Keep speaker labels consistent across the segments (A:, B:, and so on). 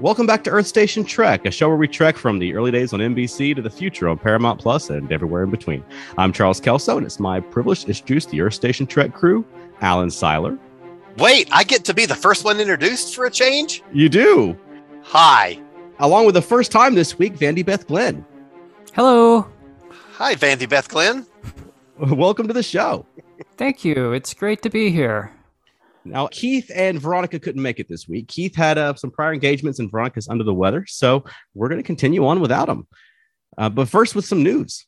A: Welcome back to Earth Station Trek, a show where we trek from the early days on NBC to the future on Paramount Plus and everywhere in between. I'm Charles Kelso, and it's my privilege to introduce the Earth Station Trek crew, Alan Seiler.
B: Wait, I get to be the first one introduced for a change?
A: You do.
B: Hi.
A: Along with the first time this week, Vandy Beth Glenn.
C: Hello.
B: Hi, Vandy Beth Glenn.
A: Welcome to the show.
C: Thank you. It's great to be here.
A: Now, Keith and Veronica couldn't make it this week. Keith had uh, some prior engagements, and Veronica's under the weather. So we're going to continue on without him. Uh, but first, with some news.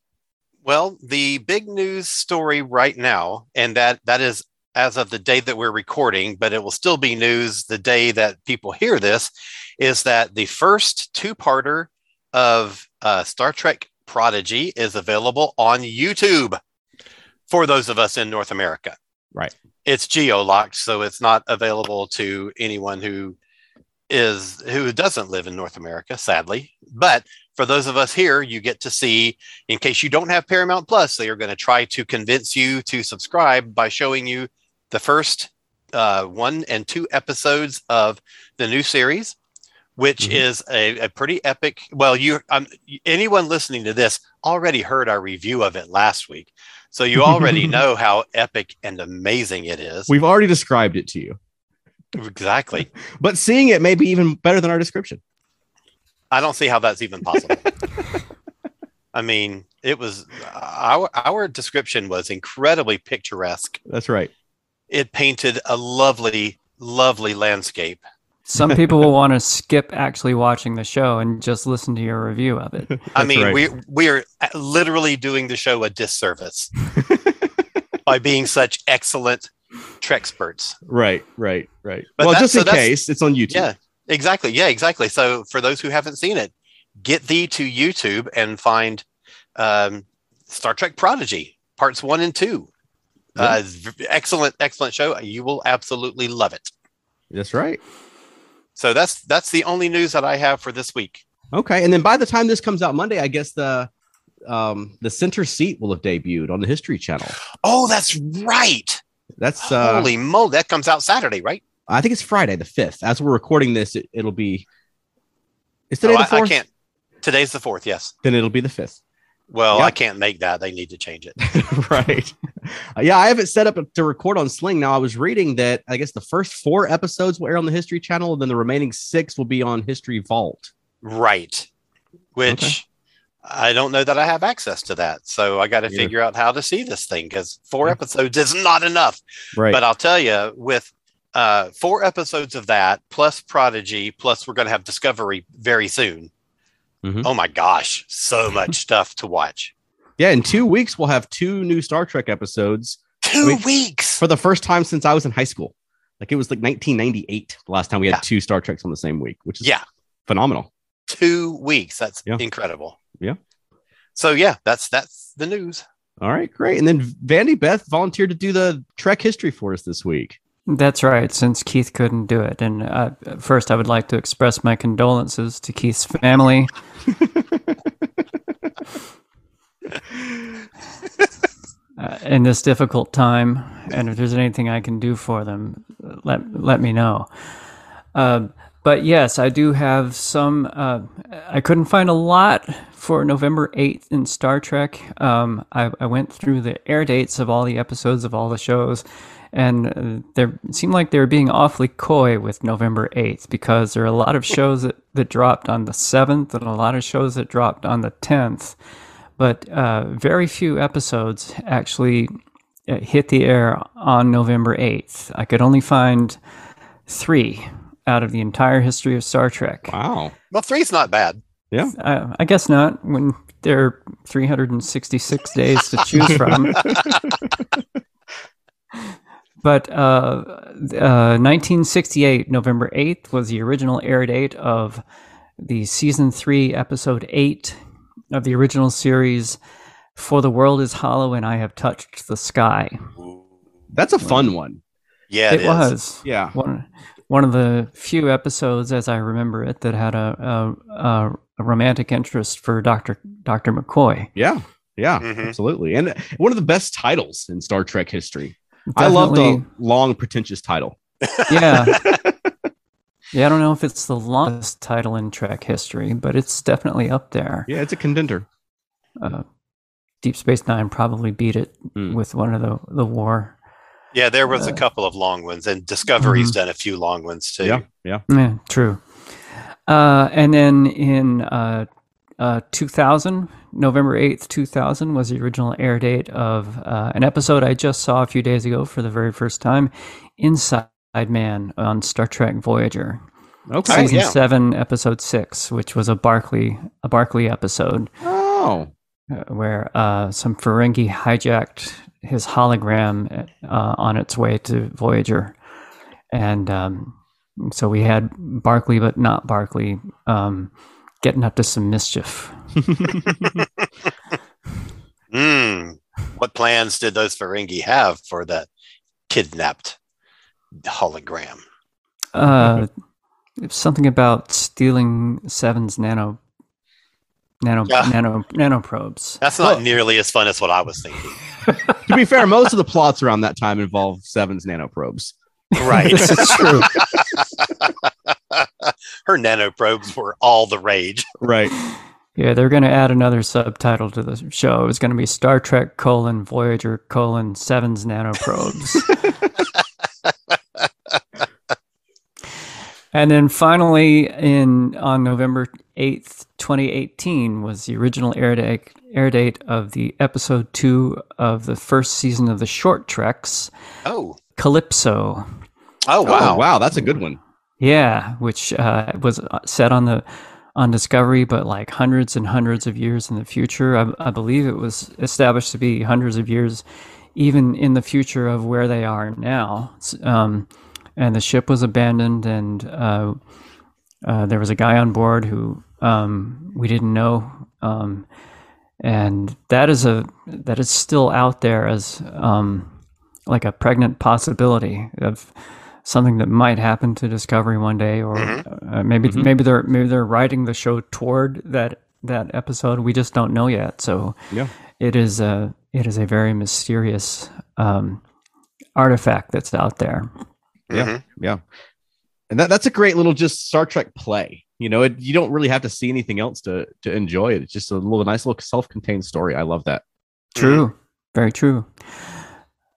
B: Well, the big news story right now, and that that is as of the day that we're recording, but it will still be news the day that people hear this, is that the first two-parter of uh, Star Trek Prodigy is available on YouTube for those of us in North America.
A: Right.
B: It's geo locked, so it's not available to anyone who is who doesn't live in North America, sadly. But for those of us here, you get to see. In case you don't have Paramount Plus, they are going to try to convince you to subscribe by showing you the first uh, one and two episodes of the new series, which
A: Mhm.
B: is a, a pretty epic. Well, you um, anyone listening to this already heard our review of it last week, so you already know how epic and amazing it is.
A: We've already described it to you,
B: exactly.
A: but seeing it may be even better than our description.
B: I don't see how that's even possible. I mean, it was our our description was incredibly picturesque.
A: That's right.
B: It painted a lovely, lovely landscape.
C: Some people will want to skip actually watching the show and just listen to your review of it.
B: I
A: That's
B: mean,
A: right.
B: we we are literally doing the show a disservice by being such excellent Trexperts.
A: Right, right, right.
B: But
A: well,
B: that-
A: just
B: so
A: in
B: that's-
A: case, it's on YouTube.
B: Yeah, exactly. Yeah, exactly. So for those who haven't seen it, get thee to YouTube and find um, Star Trek Prodigy parts one and two. Uh, v- excellent, excellent show. You will absolutely love it.
A: That's right.
B: So that's that's the only news that I have for this week.
A: Okay. And then by the time this comes out Monday, I guess the um the center seat will have debuted on the History Channel.
B: Oh, that's right.
A: That's uh
B: Holy moly, that comes out Saturday, right?
A: I think it's Friday the 5th. As we're recording this, it, it'll be Is today
B: Oh,
A: the
B: I,
A: 4th?
B: I can't. Today's the fourth. Yes.
A: Then it'll be the 5th.
B: Well,
A: Yeah.
B: I can't make that. They need to change it.
A: right. Uh, yeah, I have it set up to record on Sling now. I was reading that I guess the first 4 episodes will air on the History Channel and then the remaining 6 will be on History Vault.
B: Right. Which I don't know that I have access to that. So I got to
A: Neither.
B: figure out how to see this thing because four
A: Yeah.
B: episodes is not enough.
A: Right.
B: But I'll tell you, with uh, four episodes of that, plus Prodigy, plus we're going to have Discovery very soon.
A: Mhm.
B: Oh my gosh, so much stuff to watch.
A: yeah, in 2 weeks we'll have two new Star Trek episodes
B: Two
A: mean-
B: weeks.
A: for the first time since I was in high school. Like it was like 1998 the last time we had
B: Yeah.
A: two Star Treks on the same week, which is
B: Yeah.
A: phenomenal.
B: Two weeks. That's
A: Yeah.
B: incredible.
A: Yeah.
B: So yeah, that's that's the news.
A: All right, great. And then Vandy Beth volunteered to do the Trek history for us this week.
C: That's right, since Keith couldn't do it. And uh, first, I would like to express my condolences to Keith's family. uh, in this difficult time, and if there's anything I can do for them, let let me know. Um, but yes, I do have some. Uh, I couldn't find a lot for November eighth in Star Trek. Um, I, I went through the air dates of all the episodes of all the shows, and uh, there it seemed like they were being awfully coy with November eighth because there are a lot of shows that, that dropped on the seventh and a lot of shows that dropped on the tenth but uh, very few episodes actually uh, hit the air on November 8th. I could only find three out of the entire history of Star Trek.
A: Wow.
B: Well, three's not bad.
C: Uh, I guess not when there are 366 days to choose from. But uh, uh, 1968, November 8th, was the original air date of the season three, episode eight, of the original series, For the World is Hollow and I Have Touched the Sky.
A: That's a fun one.
B: Yeah,
C: it
B: is.
C: was
A: Yeah.
C: one, one of the few episodes, as I remember it, that had a, a, a, a romantic interest for Dr. Dr. McCoy.
A: Yeah. Yeah.
B: Mhm.
A: Absolutely. And one of the best titles in Star Trek history. I love the
C: Definitely-
A: long, pretentious title.
C: yeah. Yeah, I don't know if it's the longest title in Trek history, but it's definitely up there.
A: Yeah, it's a contender.
C: Uh, Deep Space Nine probably beat it
A: Mm.
C: with one of the the war.
B: Yeah, there was a
C: Uh, Mhm.
B: couple of long ones, and Discovery's done a few long ones too.
A: Yeah. Yeah.
C: Yeah, true. Uh, and then in uh, uh, 2000, November 8th, 2000 was the original air date of uh, an episode I just saw a few days ago for the very first time, Inside Man on Star Trek Voyager.
A: Okay.
B: Nice.
C: Season
B: yeah.
C: seven, episode six, which was a Barclay a Barclay episode.
A: Oh.
C: uh, where uh, some Ferengi hijacked his hologram uh, on its way to Voyager, and um, so we had Barclay, but not Barclay, um, getting up to some mischief.
B: Mm. What plans did those Ferengi have for that kidnapped hologram?
C: Uh, something about stealing Seven's nano nano
B: Yeah.
C: nano nanoprobes.
B: That's not
A: Oh.
B: nearly as fun as what I was thinking.
A: to be fair, most of the plots around that time involve Seven's nanoprobes.
B: Right.
C: this is true.
B: Her nanoprobes were all the rage.
A: Right.
C: Yeah, they're going to add another subtitle to the show. It's going to be Star Trek colon Voyager colon Seven's nanoprobes. and then finally, in on November eighth, twenty eighteen, was the original air date air date of the episode two of the first season of the Short Treks,
B: Oh.
C: Calypso.
B: Oh wow.
A: Oh, wow. That's a good one.
C: Yeah, which uh, was uh, set on the on Discovery, but like hundreds and hundreds of years in the future. I, I believe it was established to be hundreds of years, even in the future of where they are now. S- Um, and the ship was abandoned, and uh, uh, there was a guy on board who um, we didn't know. Um, and that is a that is still out there as um, like a pregnant possibility of something that might happen to Discovery one day, or uh, maybe
A: Mhm.
C: maybe they're maybe they're writing the show toward that that episode. We just don't know yet. So
A: Yeah.
C: it is a it is a very mysterious um, artifact that's out there.
A: Yeah.
B: Mhm.
A: Yeah. And that, that's a great little just Star Trek play. You know, it, you don't really have to see anything else to to enjoy it. It's just a little nice little self-contained story. I love that.
C: True. Very true.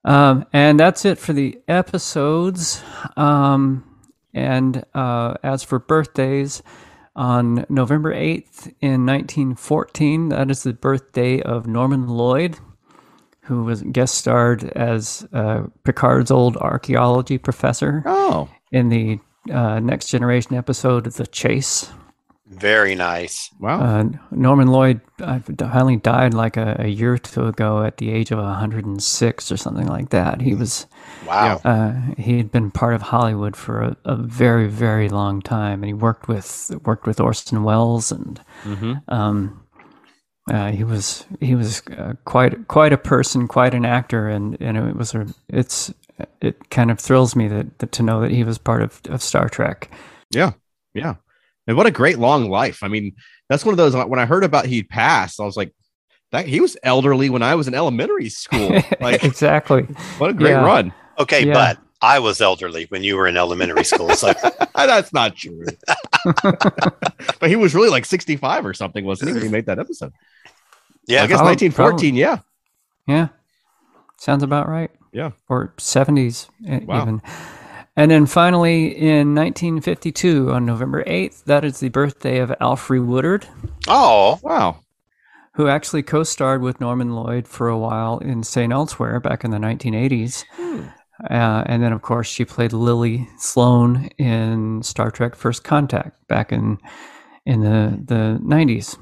C: Um, and that's it for the episodes. Um, and uh, as for birthdays, on November 8th in 1914, that is the birthday of Norman Lloyd, who was guest starred as uh, Picard's old archaeology professor
A: Oh.
C: in the uh, Next Generation episode of The Chase.
B: Very nice.
A: Wow.
C: Uh, Norman Lloyd uh, finally died like a, a year or two ago at the age of 106 or something like that. He was
B: Wow.
C: uh, he had been part of Hollywood for a, a very very long time, and he worked with worked with Orson Welles, and
A: mm-hmm.
C: um, uh, he was he was uh, quite quite a person, quite an actor, and and it was a it's it kind of thrills me that, that to know that he was part of, of Star Trek.
A: Yeah. And what a great long life. I mean, that's one of those when I heard about he passed, I was like, that he was elderly when I was in elementary school. Like
C: exactly.
A: what a great
C: Yeah.
A: run.
B: Okay,
C: yeah.
B: but I was elderly when you were in elementary school. So
A: that's not true. but he was really like 65 or something, wasn't he? When he made that episode.
B: yeah.
A: I guess
C: Probably-
A: 1914, yeah.
C: Yeah. Sounds about right.
A: Yeah.
C: Or 70s e-
A: Wow.
C: even. And then finally, in 1952, on November 8th, that is the birthday of Alfre Woodard,
B: Oh.
A: Wow.
C: who actually co starred with Norman Lloyd for a while in St. Elsewhere back in the 1980s. Uh, and then, of course, she played Lily Sloan in Star Trek First Contact back in in the, the 90s.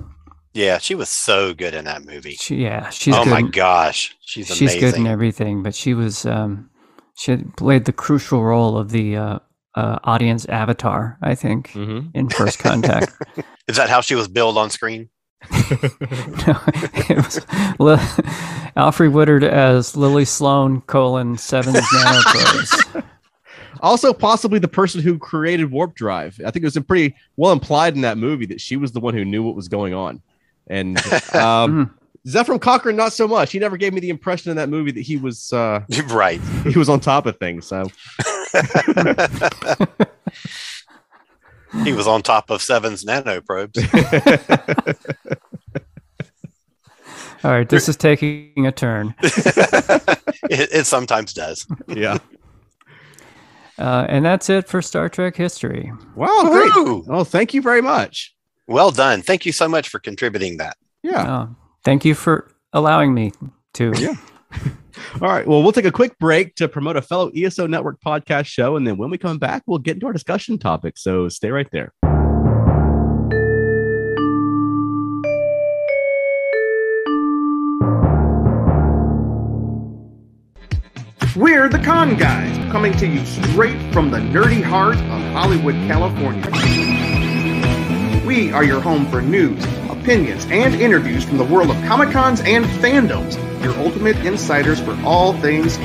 B: Yeah, she was so good in that movie.
C: She, yeah, she's
B: oh
C: good
B: my
C: in-
B: gosh, she's amazing.
C: she's good in everything, but she was um, she had played the crucial role of the uh, uh, audience avatar, I think,
A: Mm-hmm.
C: in First Contact.
B: Is that how she was billed on screen?
C: no, it was Li- Alfred Woodard as Lily Sloan colon seven nanoprobes.
A: Also, possibly the person who created warp drive. I think it was pretty well implied in that movie that she was the one who knew what was going on. And um, Zephram Cochrane, not so much. He never gave me the impression in that movie that he was uh,
B: right.
A: he was on top of things. So
B: He was on top of Seven's nanoprobes.
C: All right, this is taking a turn.
B: It, it sometimes does.
A: yeah,
C: Uh, and that's it for Star Trek history.
A: wow, great.
B: Woohoo!
A: Oh, thank you very much.
B: Well done. Thank you so much for contributing that.
A: Yeah.
C: Uh, thank you for allowing me to.
A: Ah. Yeah. All right. Well, we'll take a quick break to promote a fellow ESO Network podcast show. And then when we come back, we'll get into our discussion topic. So stay right there.
D: We're the Con Guys, coming to you straight from the nerdy heart of Hollywood, California. We are your home for news, opinions, and interviews from the world of Comic Cons and fandoms, your ultimate insiders for all things.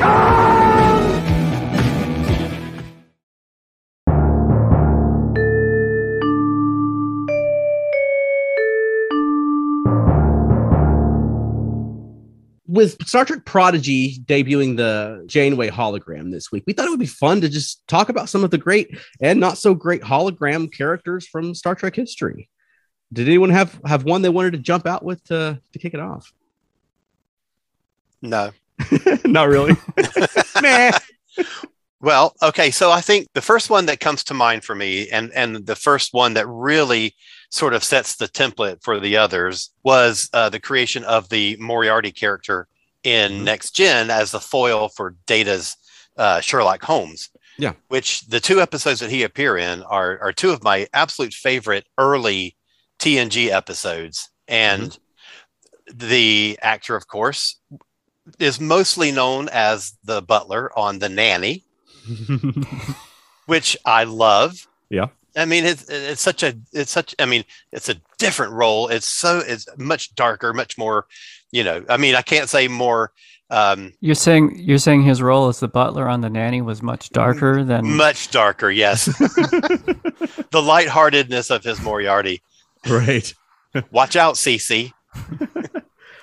E: with Star Trek Prodigy debuting the Janeway hologram this week, we thought it would be fun to just talk about some of the great and not so great hologram characters from Star Trek history. Did anyone have have one they wanted to jump out with to, to kick it off?
B: No.
A: not really.
E: Meh.
B: Well, okay. So I think the first one that comes to mind for me, and and the first one that really sort of sets the template for the others, was uh, the creation of the Moriarty character in Next Gen as the foil for Data's uh, Sherlock Holmes.
A: Yeah.
B: Which the two episodes that he appear in are are two of my absolute favorite early TNG episodes, and the actor, of course. Is mostly known as the butler on The Nanny, which I love.
A: Yeah.
B: I mean, it's it's such a it's such I mean, it's a different role. It's so it's much darker, much more, you know. I mean, I can't say more um
C: You're saying you're saying his role as the butler on the nanny was much darker than
B: much darker, yes. the lightheartedness of his Moriarty.
A: right.
B: Watch out, Cece.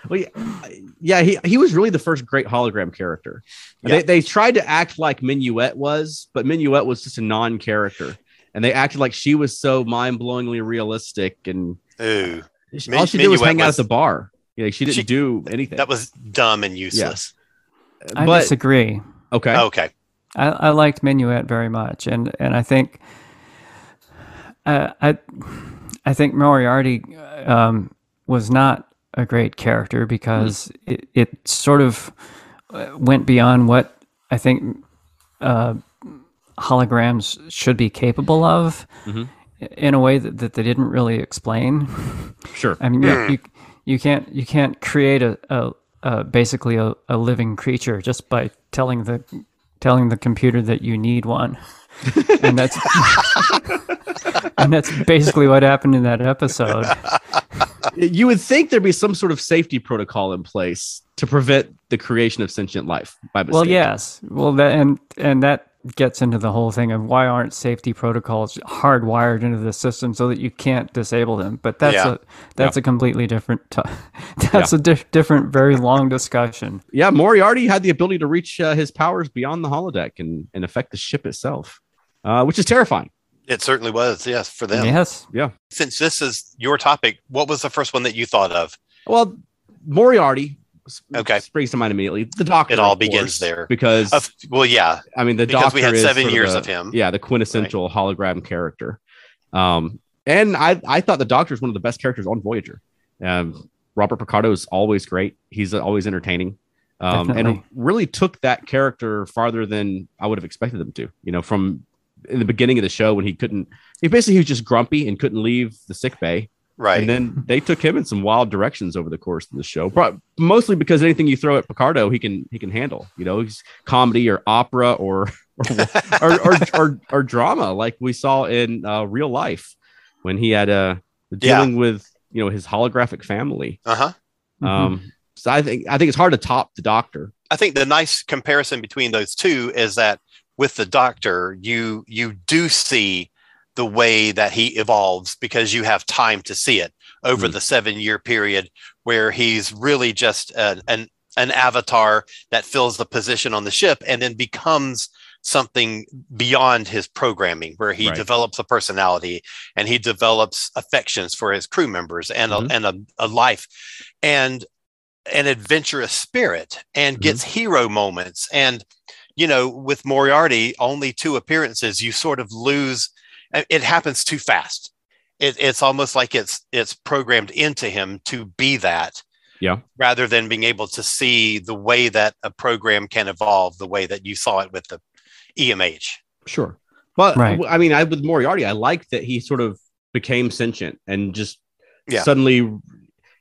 A: Well, yeah, yeah, he, he was really the first great hologram character.
B: Yeah.
A: They, they tried to act like Minuet was, but Minuet was just a non character. And they acted like she was so mind blowingly realistic. And
B: Ooh.
A: she-
B: Min-
A: all she did was
B: Minuet
A: hang out
B: was-
A: at the bar. Yeah, she didn't
B: She-
A: do anything.
B: That was dumb and useless.
C: I
A: but,
C: disagree.
A: okay.
B: Okay.
C: I, I liked Minuet very much, and and I think I I, I think Moriarty um, was not a great character because it, it sort of uh, went beyond what I think uh, holograms should be capable of in a way that, that they didn't really explain.
A: Sure.
B: Uh,
C: I mean,
B: Hmm.
C: you, you you can't you can't create a, a, a basically a, a living creature just by telling the telling the computer that you need one, and that's and that's basically what happened in that episode.
A: you would think there'd be some sort of safety protocol in place to prevent the creation of sentient life by mistake.
C: Well, yes, well that and and that gets into the whole thing of why aren't safety protocols hardwired into the system so that you can't disable them but that's
B: Yeah.
C: a that's a completely different t- that's a di- different very long discussion
A: Yeah, Moriarty had the ability to reach uh, his powers beyond the holodeck and, and affect the ship itself, uh, which is terrifying.
B: It certainly was, yes, for them.
C: yes
B: Since this is your topic, what was the first one that you thought of?
A: Well, Moriarty s-
B: Okay.
A: springs to mind immediately. The doctor.
B: It all
A: of course,
B: begins there.
A: Because,
B: Of, well, yeah,
A: I mean, the
B: because
A: doctor.
B: we had
A: is
B: seven
A: sort
B: years
A: a-
B: of him.
A: Yeah, the quintessential hologram character. Um, and I, I thought the doctor is one of the best characters on Voyager. Um, Robert Picardo is always great, he's always entertaining. Um, and
C: Definitely.
A: really took that character farther than I would have expected them to, you know, from in the beginning of the show when he couldn't, he basically was just grumpy and couldn't leave the sick bay.
B: right.
A: And then they took him in some wild directions over the course of the show, Pro- mostly because anything you throw at Picardo, he can he can handle. You know, he's comedy or opera or or or, or, or, or drama, like we saw in uh, real life when he had uh,
B: Yeah.
A: dealing with you know his holographic family.
B: Uh huh.
C: Mm-hmm.
A: Um, so I think I think it's hard to top the Doctor.
B: I think the nice comparison between those two is that with the Doctor, you you do see the way that he evolves because you have time to see it over the seven year period where he's really just an, an an avatar that fills the position on the ship and then becomes something beyond his programming where he
A: Right.
B: develops a personality and he develops affections for his crew members and
A: Mhm.
B: a, and a, a life and an adventurous spirit and gets hero moments and you know with moriarty only two appearances you sort of lose it- it happens too fast it, it's almost like it's it's programmed into him to be that
A: Yeah.
B: rather than being able to see the way that a program can evolve the way that you saw it with the E emh
A: Sure, but
C: Right.
A: I mean, I with Moriarty, I like that he sort of became sentient and just
B: Yeah.
A: suddenly, you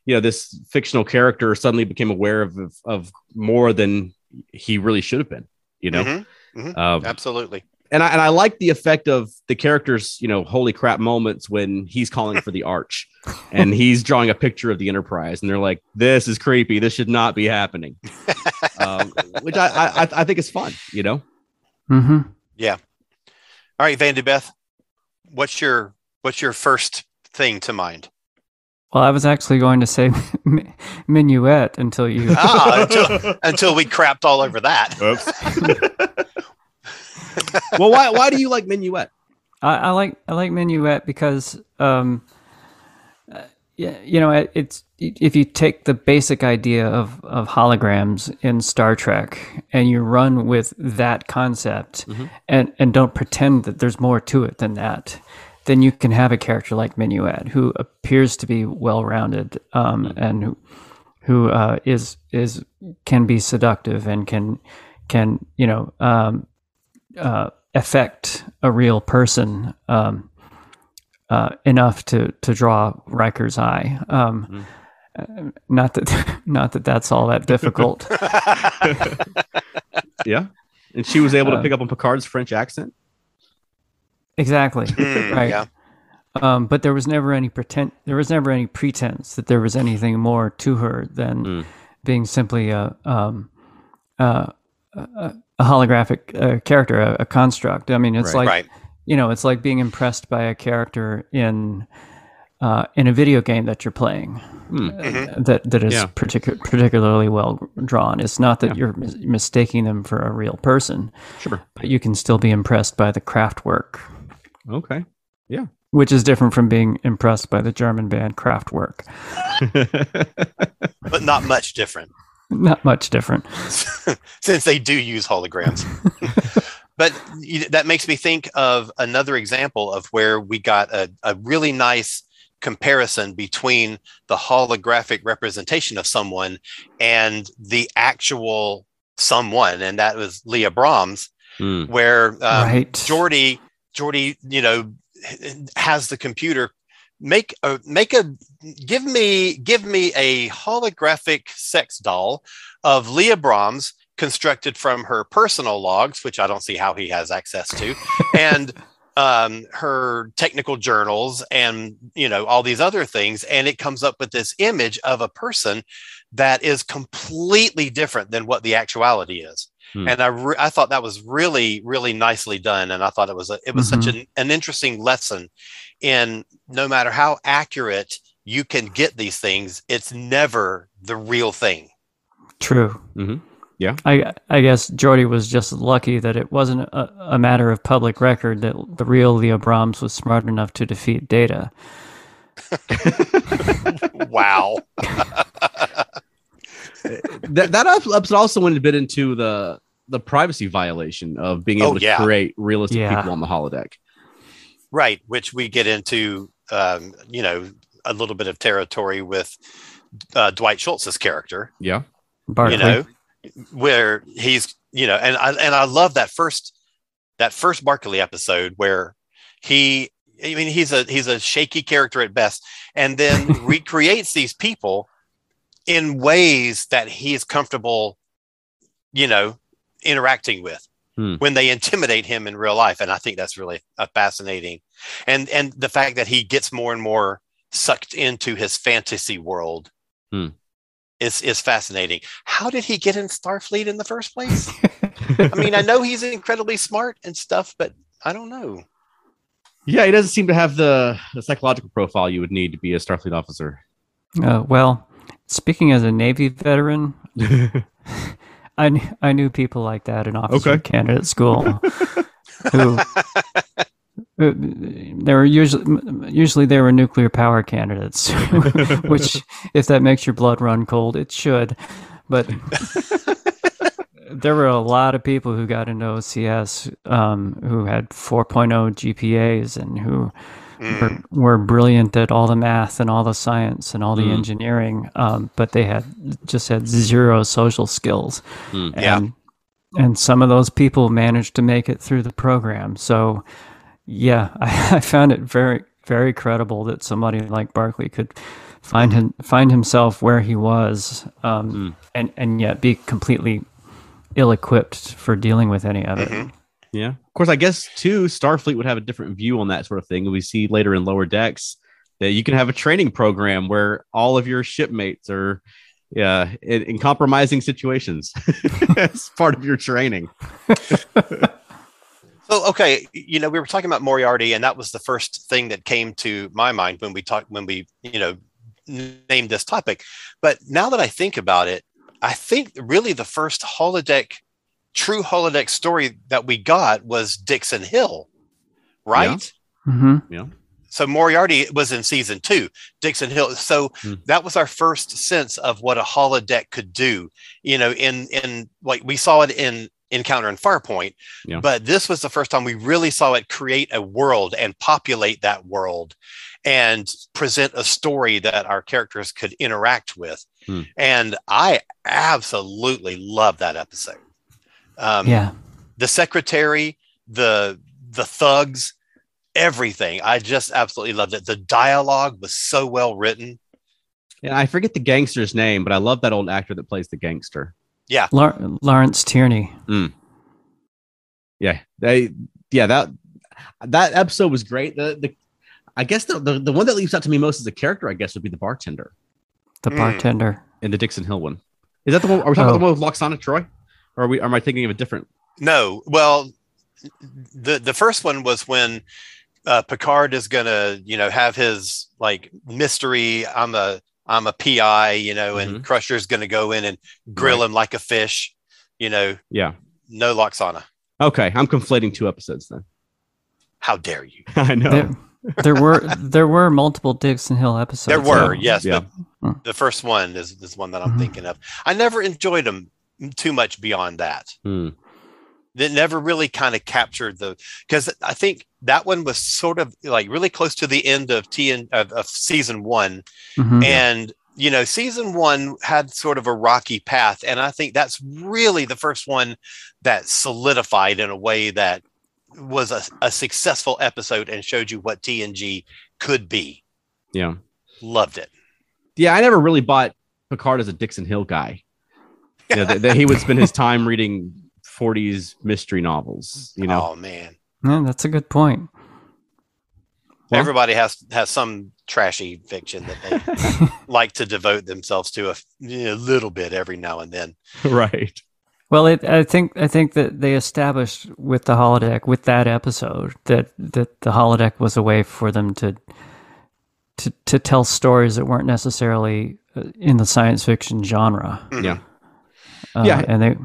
A: know, this fictional character suddenly became aware of of, of more than he really should have been. You know,
B: Mhm,
A: um,
B: absolutely
A: and I and I like the effect of the character's you know holy crap moments when he's calling for the arch, and he's drawing a picture of the Enterprise, and they're like, "This is creepy. This should not be happening," um, which I, I I- I think is fun. You know,
C: Mm-hmm.
B: all right van de beth what's your what's your first thing to mind
C: Well, I was actually going to say mi- minuet until you.
B: ah, until, until we crapped all over that
A: well, why why do you like Minuet?
C: I, I like I like minuet because um, uh, yeah, you know it, it's if you take the basic idea of of holograms in Star Trek and you run with that concept and and don't pretend that there's more to it than that, then you can have a character like minuet who appears to be well rounded um, and who who uh, is is can be seductive and can can you know um, uh, affect a real person um, uh, enough to to draw Riker's eye. Um,
B: Mm-hmm.
C: uh, Not that, not that that's all that difficult.
A: Yeah, and she was able to
C: Uh,
A: pick up on Picard's French accent.
C: exactly,
B: Mm,
C: right?
B: yeah
C: Um, but there was never any pretend. There was never any pretense that there was anything more to her than
B: Hmm.
A: Mm.
C: being simply a um, uh, a, a holographic uh, character, a, a construct. I mean, it's
A: Right.
C: like
B: right
C: you know, it's like being impressed by a character in uh, in a video game that you're playing
A: Hmm.
B: Mm-hmm.
C: uh, that that is
A: Yeah.
C: particu- particularly well drawn. It's not that you're mis- mistaking them for a real person,
A: Sure.
C: but you can still be impressed by the craft work,
A: Okay.
C: which is different from being impressed by the German band Kraftwerk.
B: but not much different
C: Not much different.
B: since they do use holograms. but you- that makes me think of another example of where we got a, a really nice comparison between the holographic representation of someone and the actual someone, and that was Leah Brahms,
A: Mm.
B: where um,
C: right.
B: Jordy, Jordy, you know, has the computer make a make a give me give me a holographic sex doll of Leah Brahms constructed from her personal logs, which I don't see how he has access to, and um, her technical journals and you know all these other things, and it comes up with this image of a person that is completely different than what the actuality is.
A: Hmm.
B: And I, re- I thought that was really, really nicely done. And I thought it was, a, it was such an, an interesting lesson in no matter how accurate you can get these things, it's never the real thing.
C: True.
A: Mhm. Yeah.
C: I I guess Jordy was just lucky that it wasn't a, a matter of public record that the real Leo Brahms was smart enough to defeat Data.
B: Wow.
A: that that ups, ups also went a bit into the the privacy violation of being
B: Oh,
A: able to
B: yeah.
A: create realistic
C: Yeah.
A: people on the holodeck.
B: right. Which we get into, um, you know, a little bit of territory with uh, Dwight Schultz's character.
A: Yeah.
C: Barclay.
B: you know, where he's you know, and I and I love that first that first Barkley episode where he I mean he's a he's a shaky character at best, and then recreates these people in ways that he is comfortable, you know, interacting with
A: Hmm.
B: when they intimidate him in real life. And I think that's really uh, fascinating. And and the fact that he gets more and more sucked into his fantasy world
A: Hmm.
B: is is fascinating. How did he get in Starfleet in the first place? I mean, I know he's incredibly smart and stuff, but I don't know.
A: Yeah, he doesn't seem to have the, the psychological profile you would need to be a Starfleet officer.
C: Uh, well, speaking as a Navy veteran, I, kn- I knew people like that in officer
A: Okay.
C: candidate school who uh, they were usually usually they were nuclear power candidates, which if that makes your blood run cold, it should. But there were a lot of people who got into OCS um, who had 4.0 GPAs and who
B: Mm,
C: were, were brilliant at all the math and all the science and all the
A: Mm.
C: engineering, um, but they had just had zero social skills.
A: Mm.
B: Yeah.
C: And, and some of those people managed to make it through the program. So, yeah, I, I found it very, very credible that somebody like Barkley could find him, find himself where he was, um,
B: Mm.
C: and and yet be completely ill-equipped for dealing with any of it.
B: Mhm.
A: Yeah. Of course, I guess too, Starfleet would have a different view on that sort of thing. We see later in lower decks that you can have a training program where all of your shipmates are yeah, in, in compromising situations as part of your training.
B: So okay, you know, we were talking about Moriarty, and that was the first thing that came to my mind when we talked when we you know n- named this topic. But now that I think about it, I think really the first holodeck, true holodeck story that we got was Dixon Hill, right?
C: hmm
B: Um, So Moriarty was in season two, Dixon Hill. So
A: Hmm.
B: that was our first sense of what a holodeck could do. You know, in in like we saw it in Encounter and Farpoint,
A: Yeah.
B: but this was the first time we really saw it create a world and populate that world and present a story that our characters could interact with.
A: Hmm.
B: And I absolutely love that episode. Um,
C: Yeah,
B: the secretary, the the thugs, everything. I just absolutely loved it. The dialogue was so well written.
A: And I forget the gangster's name, but I love that old actor that plays the gangster.
C: Lar- Lawrence Tierney.
A: Yeah. They yeah, that that episode was great. The the I guess the, the, the one that leaps out to me most as a character, I guess, would be the bartender
C: the
B: Mm.
C: bartender.
A: in the Dixon Hill one. Is that the one? Are we talking
C: Oh.
A: about the one with Loxana Troy? Or are we? Or am I thinking of a different?
B: No, well, the the first one was when uh, Picard is gonna, you know, have his like mystery. I'm a I'm a PI, you know, and Crusher's gonna go in and grill him like a fish, you know.
A: Yeah.
B: No Loxana.
A: Okay, I'm conflating two episodes then.
B: How dare you?
A: I know.
C: There, there were there were multiple Dixon Hill episodes.
B: There were,
C: though.
B: yes,
A: yeah.
C: Mm.
B: but the first one is is one that I'm
C: Mhm.
B: thinking of. I never enjoyed them too much beyond that.
A: Hmm.
B: That never really kind of captured the because I think that one was sort of like really close to the end of TN of, of season one,
C: Mhm.
B: and you know season one had sort of a rocky path, and I think that's really the first one that solidified in a way that was a, a successful episode and showed you what TNG could be.
A: Yeah.
B: Loved it.
A: Yeah, I never really bought Picard as a Dixon Hill guy. You know, that, that he would spend his time reading 40s mystery novels. You know,
B: oh man.
C: Yeah, that's a good point.
A: Well-
B: Everybody has has some trashy fiction that they like to devote themselves to a, a little bit every now and then.
A: right?
C: Well, it, I think I think that they established with the holodeck with that episode that that the holodeck was a way for them to to to tell stories that weren't necessarily uh, in the science fiction genre.
B: Mm-hmm.
A: Yeah.
C: Uh,
A: Yeah.
C: and they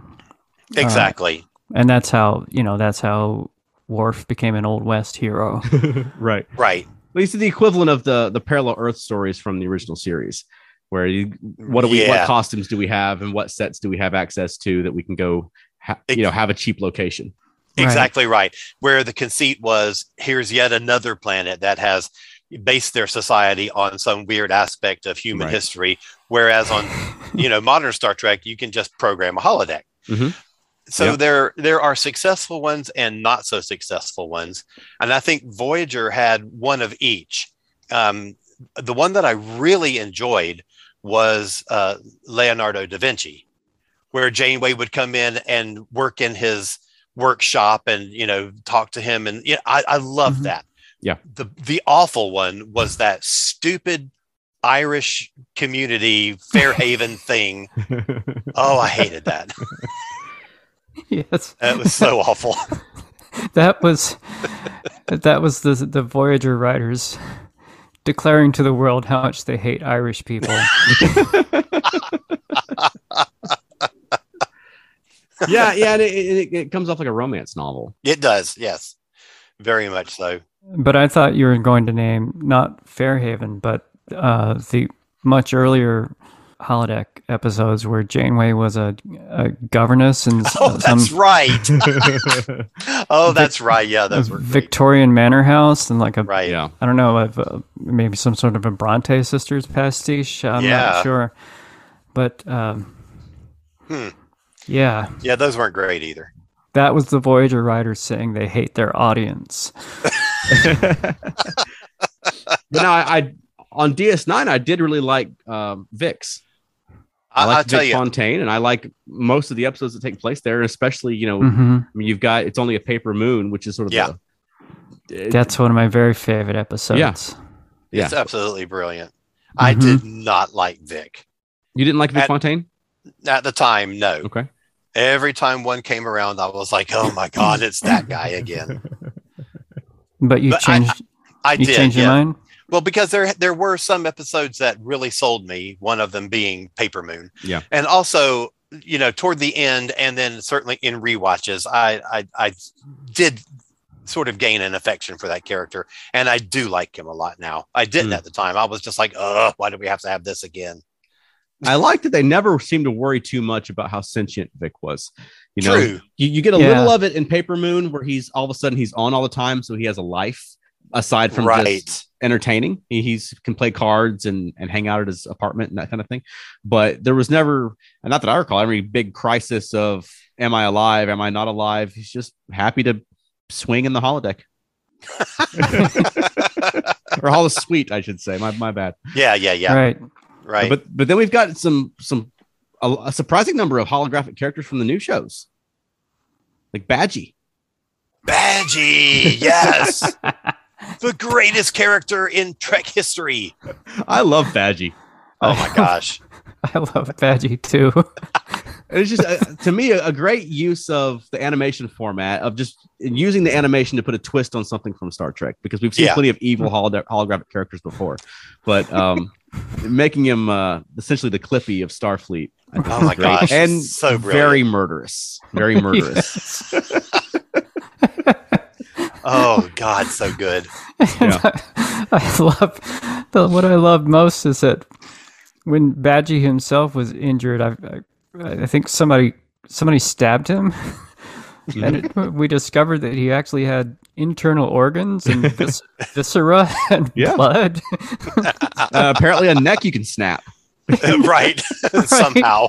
B: Exactly.
C: and that's how you know that's how Worf became an old west hero.
A: right.
B: Right.
A: At least the equivalent of the the parallel Earth stories from the original series, where you, what do we?
B: Yeah.
A: What costumes do we have, and what sets do we have access to that we can go? Ha- you know, have a cheap location.
C: Right.
B: Exactly right. Where the conceit was here's yet another planet that has based their society on some weird aspect of human
A: Right.
B: history. Whereas on, you know, modern Star Trek, you can just program a holodeck.
A: Mhm.
B: So
A: Yeah.
B: there there are successful ones and not so successful ones. And I think Voyager had one of each. Um, the one that I really enjoyed was uh, Leonardo da Vinci, where Janeway would come in and work in his workshop and you know talk to him and yeah, I, I love
C: Mhm.
B: that.
F: Yeah.
B: The the awful one was that stupid Irish community Fairhaven thing. Oh, I hated that.
C: yes,
B: That was so awful.
C: that was that was the the Voyager writers declaring to the world how much they hate Irish people.
A: yeah, yeah, and it, it, it comes off like a romance novel.
B: It does, yes. Very much so.
C: but I thought you were going to name not Fairhaven, but uh, the much earlier holodeck episodes where Janeway was a, a governess and s-
B: Oh,
C: some
B: that's right. oh, that's right. Yeah,
C: a
B: those were great.
C: Victorian manor house and like a
B: right.
A: Yeah.
C: I don't know, if, uh, maybe some sort of a Bronte sisters pastiche. I'm
B: Yeah.
C: not sure, but um,
B: Hmm.
C: yeah,
B: Yeah, those weren't great either.
C: that was the Voyager writers saying they hate their audience.
A: But now I, I on DS9, I did really like um, Vix.
B: I,
A: like
B: I'll tell
A: Vic
B: you.
A: Fontaine, and I like most of the episodes that take place there, especially you know,
C: hmm
B: Mm-hmm.
A: I mean, you've got it's only a paper moon, which is sort of
B: Yeah.
A: the, it-
C: That's one of my very favorite episodes.
A: yeah.
B: It's absolutely brilliant. I
C: Mhm.
B: did not like Vic
A: you didn't like Vic
B: At-
A: Fontaine?
B: at the time. No.
A: Okay.
B: Every time one came around, I was like, "Oh my god, it's that guy again."
C: But you
B: But I-
C: changed
B: I
C: you
B: did.
C: changed your
B: yeah.
C: mind?
B: Well, because there there were some episodes that really sold me. One of them being Paper Moon.
A: Yeah.
B: And also, you know, toward the end, and then certainly in rewatches, I I, I did sort of gain an affection for that character, and I do like him a lot now. I didn't
A: Mm.
B: at the time. I was just like, "Oh, why do we have to have this again?"
A: I like that they never seem to worry too much about how sentient Vic was. You know,
B: True.
A: You, you get a
C: Yeah.
A: little of it in Paper Moon, where he's all of a sudden he's on all the time, so he has a life aside from
B: Right.
A: just entertaining. He he's, can play cards and and hang out at his apartment and that kind of thing. But there was never, and not that I recall, any big crisis of am I alive? Am I not alive? He's just happy to swing in the holodeck or holo suite, I should say. My my bad.
B: yeah. Yeah. Yeah.
C: Right.
B: Right.
A: But but then we've got some some a, a surprising number of holographic characters from the new shows, like Badgie.
B: Badgie, yes. the greatest character in Trek history.
A: I love Badgie.
B: Oh my gosh.
C: I love Badgie too.
A: And It's just uh, to me a, a great use of the animation format of just using the animation to put a twist on something from Star Trek because we've seen
B: Yeah.
A: plenty of evil holo- holographic characters before, but um, making him uh, essentially the Clippy of Starfleet. I think
B: Oh
A: is
B: my
A: great.
B: gosh.
A: and
B: so
A: very
B: brilliant.
A: murderous, very murderous.
B: Oh God, so good.
C: I, love the, what I love most is that when Badgie himself was injured, I, I, I think somebody somebody stabbed him, and it,
B: Mm-hmm.
C: we discovered that he actually had internal organs and vis- viscera and
A: Yeah.
C: blood.
A: Uh, apparently, a neck you can snap.
B: right. Somehow.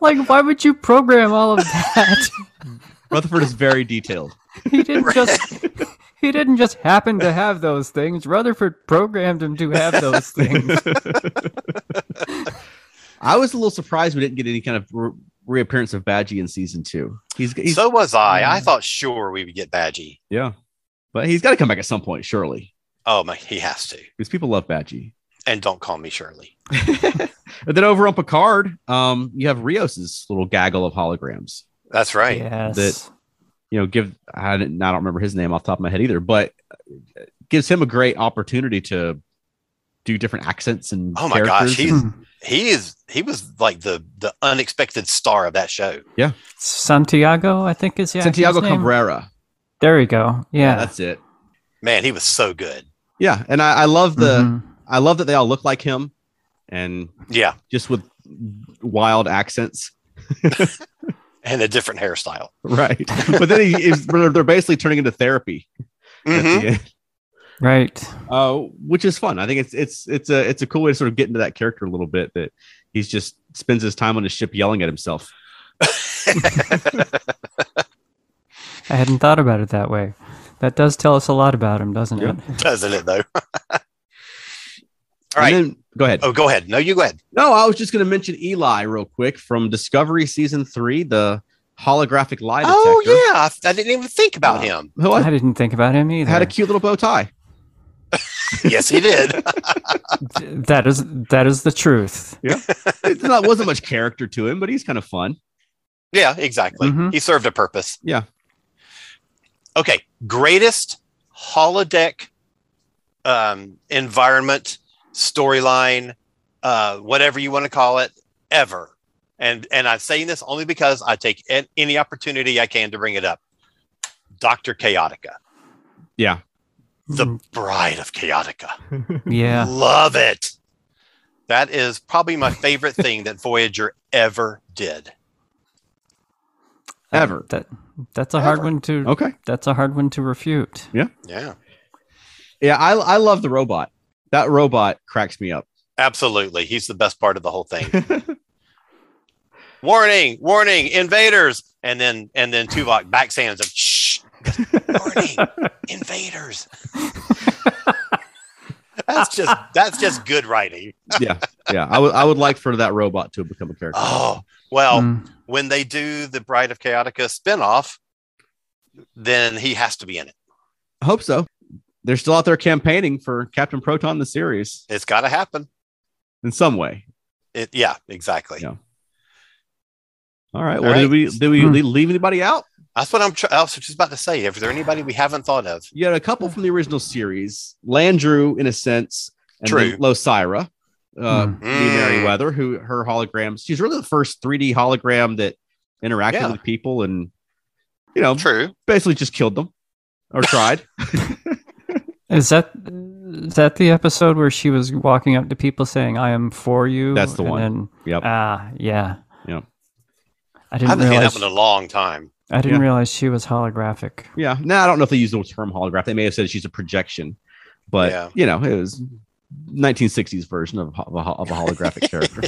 C: Like, why would you program all of that?
A: Rutherford is very detailed.
C: He didn't just he didn't just happen to have those things. Rutherford programmed him to have those things.
A: I was a little surprised we didn't get any kind of re- reappearance of Badgie in season two. He's, he's
B: so was I. I thought sure we would get Badgie.
A: yeah, but he's got to come back at some point, surely,
B: Oh my he has to.
A: because people love Badgie.
B: And don't call me Shirley.
A: And then over on Picard, um, you have Rios's little gaggle of holograms.
B: That's right.
C: Yes.
A: That- You know, give I, didn't, I don't remember his name off the top of my head either, but it gives him a great opportunity to do different accents and
B: Oh my gosh,
A: characters.
C: Hmm.
B: he's he is he was like the the unexpected star of that show.
C: Santiago, I think is yeah.
A: Santiago
C: his name.
A: Cabrera.
C: There we go.
A: Yeah,
C: Yeah.
A: that's it.
B: Man, he was so good.
A: Yeah, and I, I love the
C: Mhm.
A: I love that they all look like him, and
B: Yeah.
A: just with wild accents.
B: And a different hairstyle.
A: Right. but then he is, they're they're basically turning into therapy. at the
B: Mhm.
A: end,
C: right.
A: uh, which is fun. I think it's it's it's a it's a cool way to sort of get into that character a little bit that he's just spends his time on his ship yelling at himself.
C: I hadn't thought about it that way. That does tell us a lot about him, doesn't
A: Yeah.
C: it?
B: Doesn't it though? All
A: And
B: right.
A: then go ahead.
B: oh, go ahead. No, you go ahead.
A: No, I was just going to mention Eli real quick from Discovery season three, the holographic lie detector.
B: Oh yeah, I, I didn't even think about him.
A: Who
C: I didn't think about him either.
A: had a cute little bow tie.
B: Yes, he did.
C: that is that is the truth.
A: It's not wasn't much character to him, but he's kind of fun.
B: yeah, exactly.
C: Mhm.
B: He served a purpose.
A: Yeah.
B: Okay, greatest holodeck um, environment storyline, uh, whatever you want to call it, ever. And and I'm saying this only because I take an- any opportunity I can to bring it up. Doctor Chaotica,
A: Yeah.
B: the
C: Mhm.
B: Bride of Chaotica.
C: Yeah.
B: Love it. That is probably my favorite thing that Voyager ever did.
A: Ever.
C: That that's a hard
B: Ever.
C: one to
A: Okay.
C: that's a hard one to refute.
B: Yeah,
A: Yeah, I I love the robot. That robot cracks me up.
B: absolutely. He's the best part of the whole thing. warning, warning, invaders. And then and then Tuvok backsands him. Shh. Warning, invaders. that's just that's just good writing.
A: yeah. Yeah. I would I would like for that robot to become a character.
B: Oh, well,
C: Mm.
B: when they do the Bride of Chaotica spinoff, then he has to be in it.
A: I hope so. They're still out there campaigning for Captain Proton the series
B: It's gotta happen.
A: in some way.
B: It, yeah, exactly.
A: Yeah. All right.
B: All
A: well, did
B: right.
A: we did we
C: Hmm.
A: leave- leave anybody out?
B: That's what I'm. Tr- I was just about to say. If there anybody we haven't thought of,
A: You had a couple from the original series, Landrew in a sense, and
B: True.
A: then Losira, uh,
C: Mm.
A: Lee
B: Mm.
A: Merriweather, who her hologram. She's really the first 3D hologram that interacted
B: Yeah.
A: with people, and you know,
B: true.
A: basically just killed them or tried.
C: Is that is that the episode where she was walking up to people saying, "I am for you"?
A: That's the
C: and
A: one.
C: Then,
A: Yep.
C: Ah, yeah.
A: Yep.
C: I
B: I
C: didn't
B: haven't seen
C: realize.
B: that in a long time.
C: I didn't
A: yeah.
C: realize she was holographic.
A: yeah. Now I don't know if they used the term holograph. They may have said she's a projection, but
B: Yeah.
A: you know, it was 1960s version of, ho- of, a, ho- of a holographic character.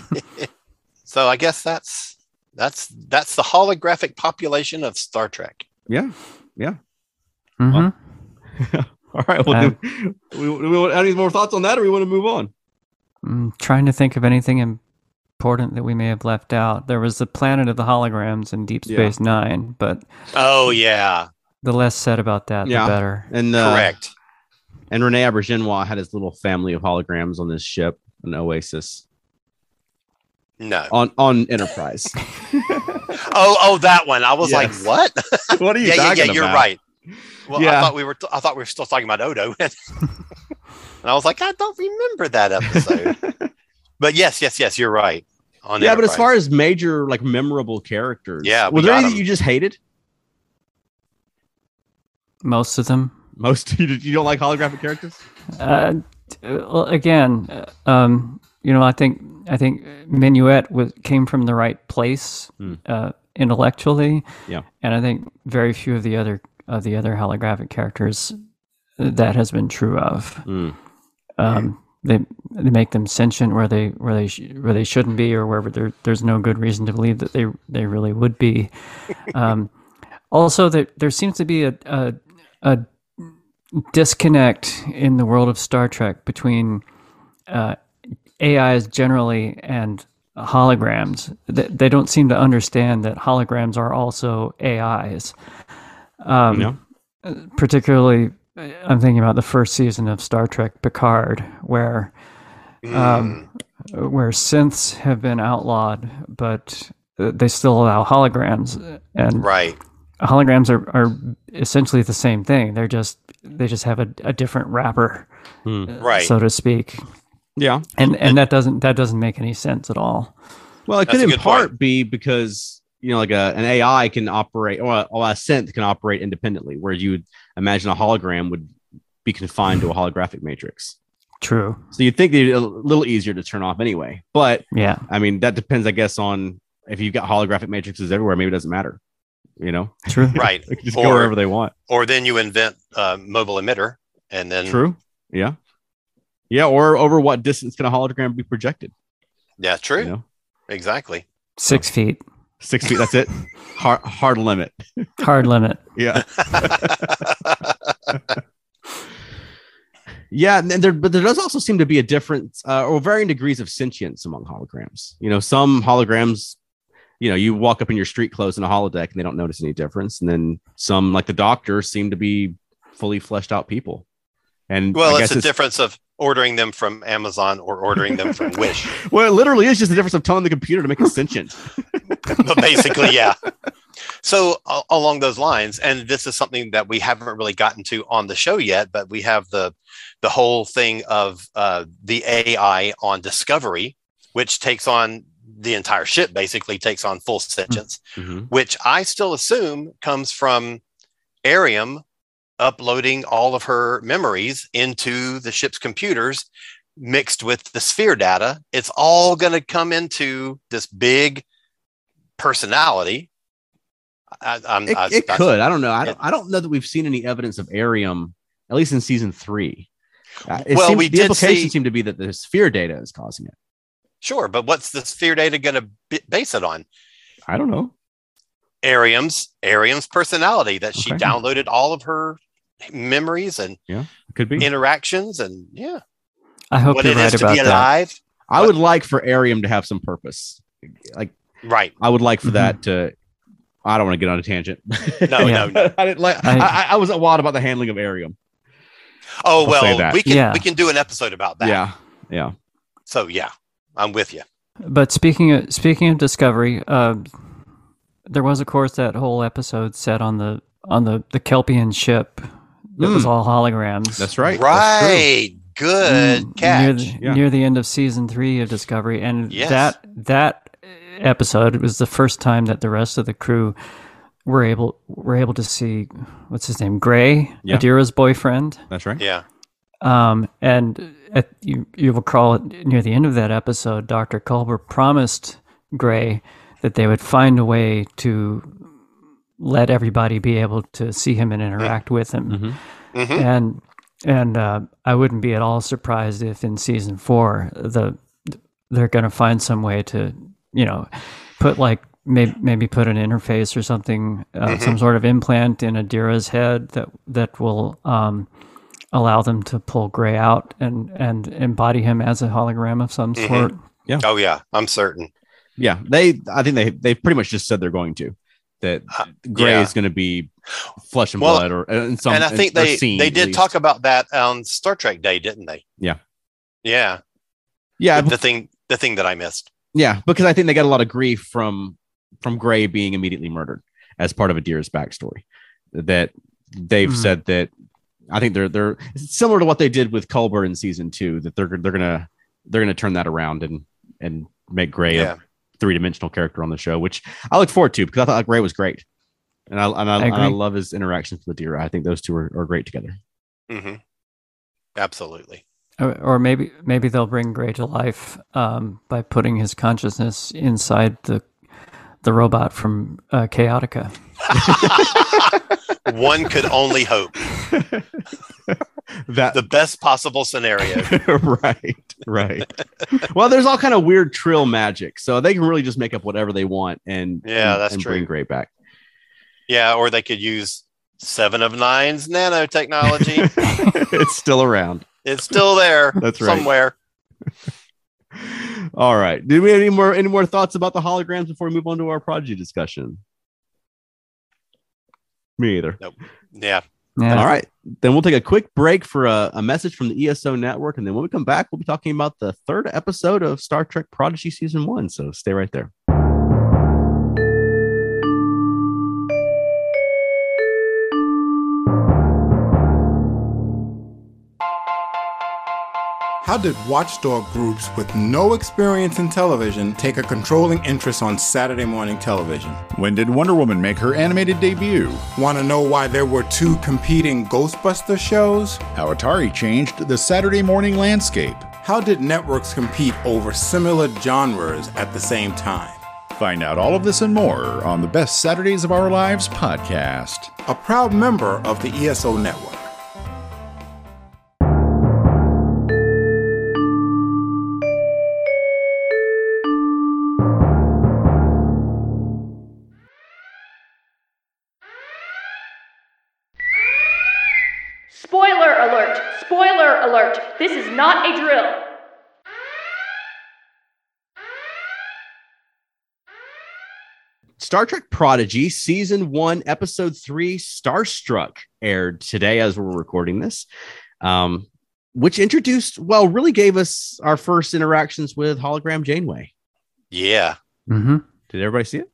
B: So I guess that's that's that's the holographic population of Star Trek.
A: Yeah.
C: Mhm.
A: Well, All right. Well,
B: Uh-huh.
A: do, we, do we want any more thoughts on that, or we want to move on?
C: I'm Mm-hmm. trying to think of anything important that we may have left out. There was the planet of the holograms in Deep
A: Yeah.
C: Space Nine, but
B: Oh yeah,
C: the less said about that,
A: Yeah.
C: the better.
A: And uh,
B: correct.
A: And Rene Auberginois had his little family of holograms on this ship, an oasis
B: No.
A: on on Enterprise.
B: Oh oh, that one. I was
A: Yes.
B: like, what?
A: what are
B: yeah yeah yeah. You're right. Well,
A: Yeah.
B: I thought we were. T- I thought we were still talking about Odo, and I was like, I don't remember that episode. but yes, yes, yes. You're right. On
A: Yeah, but as
B: Enterprise.
A: far as major like memorable characters,
B: Yeah,
A: were
B: we
A: there
B: got
A: any that
B: 'em.
A: you just hated?
C: Most of them.
A: Most you, you don't like holographic characters?
C: Uh, t- well, again, uh, um, you know, I think I think Minuet was came from the right place
A: Hmm.
C: uh, intellectually.
A: Yeah.
C: and I think very few of the other of the other holographic characters that has been true of.
A: Hmm.
C: Um, they they make them sentient where they where they sh- where they shouldn't be or wherever there there's no good reason to believe that they they really would be. Um, also, there there seems to be a, a a disconnect in the world of Star Trek between uh, AIs generally and holograms. They, they don't seem to understand that holograms are also AIs. Um,
A: Yeah.
C: uh, Particularly, uh, I'm thinking about the first season of Star Trek Picard, where um, where synths have been outlawed, but uh, they still allow holograms and
B: right.
C: holograms are, are essentially the same thing. They're just they just have a, a different wrapper,
A: Uh,
B: Right.
C: so to speak.
A: Yeah.
C: And and that doesn't that doesn't make any sense at all.
A: Well, it
B: That's a
A: could in
B: good
A: part
B: point.
A: be because you know, like a, an AI can operate, or a, or a synth can operate independently, where you would imagine a hologram would be confined to a holographic matrix.
C: True.
A: So you'd think they'd be a little easier to turn off anyway. But
C: Yeah.
A: I mean, that depends, I guess, on if you've got holographic matrices everywhere. Maybe it doesn't matter. You know,
C: True.
B: right.
A: they can just go
B: Or,
A: wherever they want.
B: or then you invent a mobile emitter and then
A: True. Yeah. Yeah. Or over what distance can a hologram be projected?
B: yeah, true.
A: You know,
B: Exactly.
C: Six feet.
A: six feet. That's it. Hard, hard limit.
C: Hard limit.
A: Yeah. Yeah, and there, but there does also seem to be a difference uh, or varying degrees of sentience among holograms. You know, some holograms, you know, you walk up in your street clothes in a holodeck and they don't notice any difference. And then some, like the doctor, seem to be fully fleshed out people. And
B: Well,
A: I
B: it's
A: guess
B: the difference of ordering them from Amazon or ordering them from Wish.
A: Well, it literally is just the difference of telling the computer to make it sentient.
B: but basically, yeah. So a- along those lines, and this is something that we haven't really gotten to on the show yet, but we have the the whole thing of uh, the AI on Discovery, which takes on the entire ship, basically takes on full sentience,
A: Mhm.
B: which I still assume comes from Arium uploading all of her memories into the ship's computers mixed with the sphere data. It's all going to come into this big personality. I, I'm,
A: It,
B: I-
A: it
B: I-
A: could. I don't know. I don't,
B: it-
A: I don't know that we've seen any evidence of Arium, at least in season three. Uh,
B: Well,
A: seems-
B: we
A: the
B: did
A: implications
B: see-
A: seem to be that the sphere data is causing it.
B: Sure, but what's the sphere data going to b- base it on?
A: I don't know.
B: Arium's Arium's personality that she
A: Okay.
B: downloaded all of her memories and
A: It could be.
B: interactions and yeah,
C: I Hmm. hope
B: what
C: you're
B: it
C: right
B: is to
C: about
B: be
C: that.
B: alive.
A: I would like for Arium to have some purpose. Like
B: Right.
A: I would like for that to. I don't want to get on a tangent.
B: No, no,
C: Yeah.
B: no.
A: I didn't like. I,
C: I-
A: I, I was wild about the handling of Arium.
B: Oh
A: I'll say
B: well,
A: that.
B: we can
C: Yeah.
B: we can do an episode about that.
A: Yeah, yeah.
B: So yeah, I'm with you.
C: But speaking of speaking of Discovery, uh, there was of course that whole episode set on the on the the Kelpian ship that
B: Hmm.
C: was all holograms.
A: That's right. That's true.
B: Right. Good
C: Mm, Near
B: catch.
C: the,
A: Yeah.
C: near the end of season three of Discovery, and
B: Yes.
C: that that episode was the first time that the rest of the crew were able were able to see what's his name, Gray,
A: Yeah.
C: Adira's boyfriend.
A: That's right.
B: yeah.
C: Um, and at, you you will recall it near the end of that episode, Doctor Culver promised Gray that they would find a way to let everybody be able to see him and interact with him
B: hmm
C: and and uh, I wouldn't be at all surprised if in season four the they're going to find some way to you know put like maybe maybe put an interface or something uh, some sort of implant in Adira's head that that will um, allow them to pull Gray out and and embody him as a hologram of some
B: Mhm.
C: sort.
B: Oh yeah, I'm certain.
A: Yeah, they. I think they. They pretty much just said they're going to that.
B: Uh,
A: Gray
B: yeah.
A: is going to be flesh and
B: Well,
A: blood, or uh, in some.
B: and I
A: in-
B: think
A: or
B: they
A: seen,
B: they
A: at
B: did
A: least.
B: talk about that on Star Trek Day, didn't they?
A: Yeah.
B: Yeah.
A: Yeah,
B: the, the thing the thing that I missed.
A: Yeah, because I think they got a lot of grief from from Gray being immediately murdered as part of Adir's backstory. That they've
C: Mhm.
A: said that I think they're they're it's similar to what they did with Culber in season two. That they're they're gonna they're gonna turn that around and and make Gray
B: Yeah.
A: a three dimensional character on the show, which I look forward to because I thought Gray was great, and I and I,
C: I
A: and I
C: agree.
A: love his interactions with Adir. I think those two are, are great together.
B: hmm Absolutely.
C: Or, or maybe maybe they'll bring Gray to life um, by putting his consciousness inside the the robot from uh, Chaotica.
B: One could only hope.
A: That
B: The best possible scenario.
A: right, right. well, there's all kind of weird trill magic, so they can really just make up whatever they want and
B: Yeah,
A: and-
B: that's
A: and
B: true.
A: Bring Gray back.
B: Yeah, or they could use Seven of Nines nanotechnology.
A: it's still around.
B: it's still there
A: That's right.
B: somewhere.
A: All right. Do we have any more any more thoughts about the holograms before we move on to our prodigy discussion? Me either.
B: Yeah.
C: Yeah.
A: All right. Then we'll take a quick break for a, a message from the ESO network. And then when we come back, we'll be talking about the third episode of Star Trek Prodigy Season 1. So stay right there.
G: How did watchdog groups with no experience in television take a controlling interest on Saturday morning television?
H: When did Wonder Woman make her animated debut?
G: Want to know why there were two competing Ghostbuster shows?
H: How Atari changed the Saturday morning landscape?
G: How did networks compete over similar genres at the same time?
H: Find out all of this and more on the Best Saturdays of Our Lives podcast.
G: A proud member of the ESO network.
I: Spoiler alert! Spoiler alert! This is not a drill!
A: Star Trek Prodigy season one, episode three, Starstruck aired today as we're recording this, um, which introduced, well, really gave us our first interactions with hologram Janeway.
B: Yeah.
C: Mm-hmm.
A: Did everybody see it?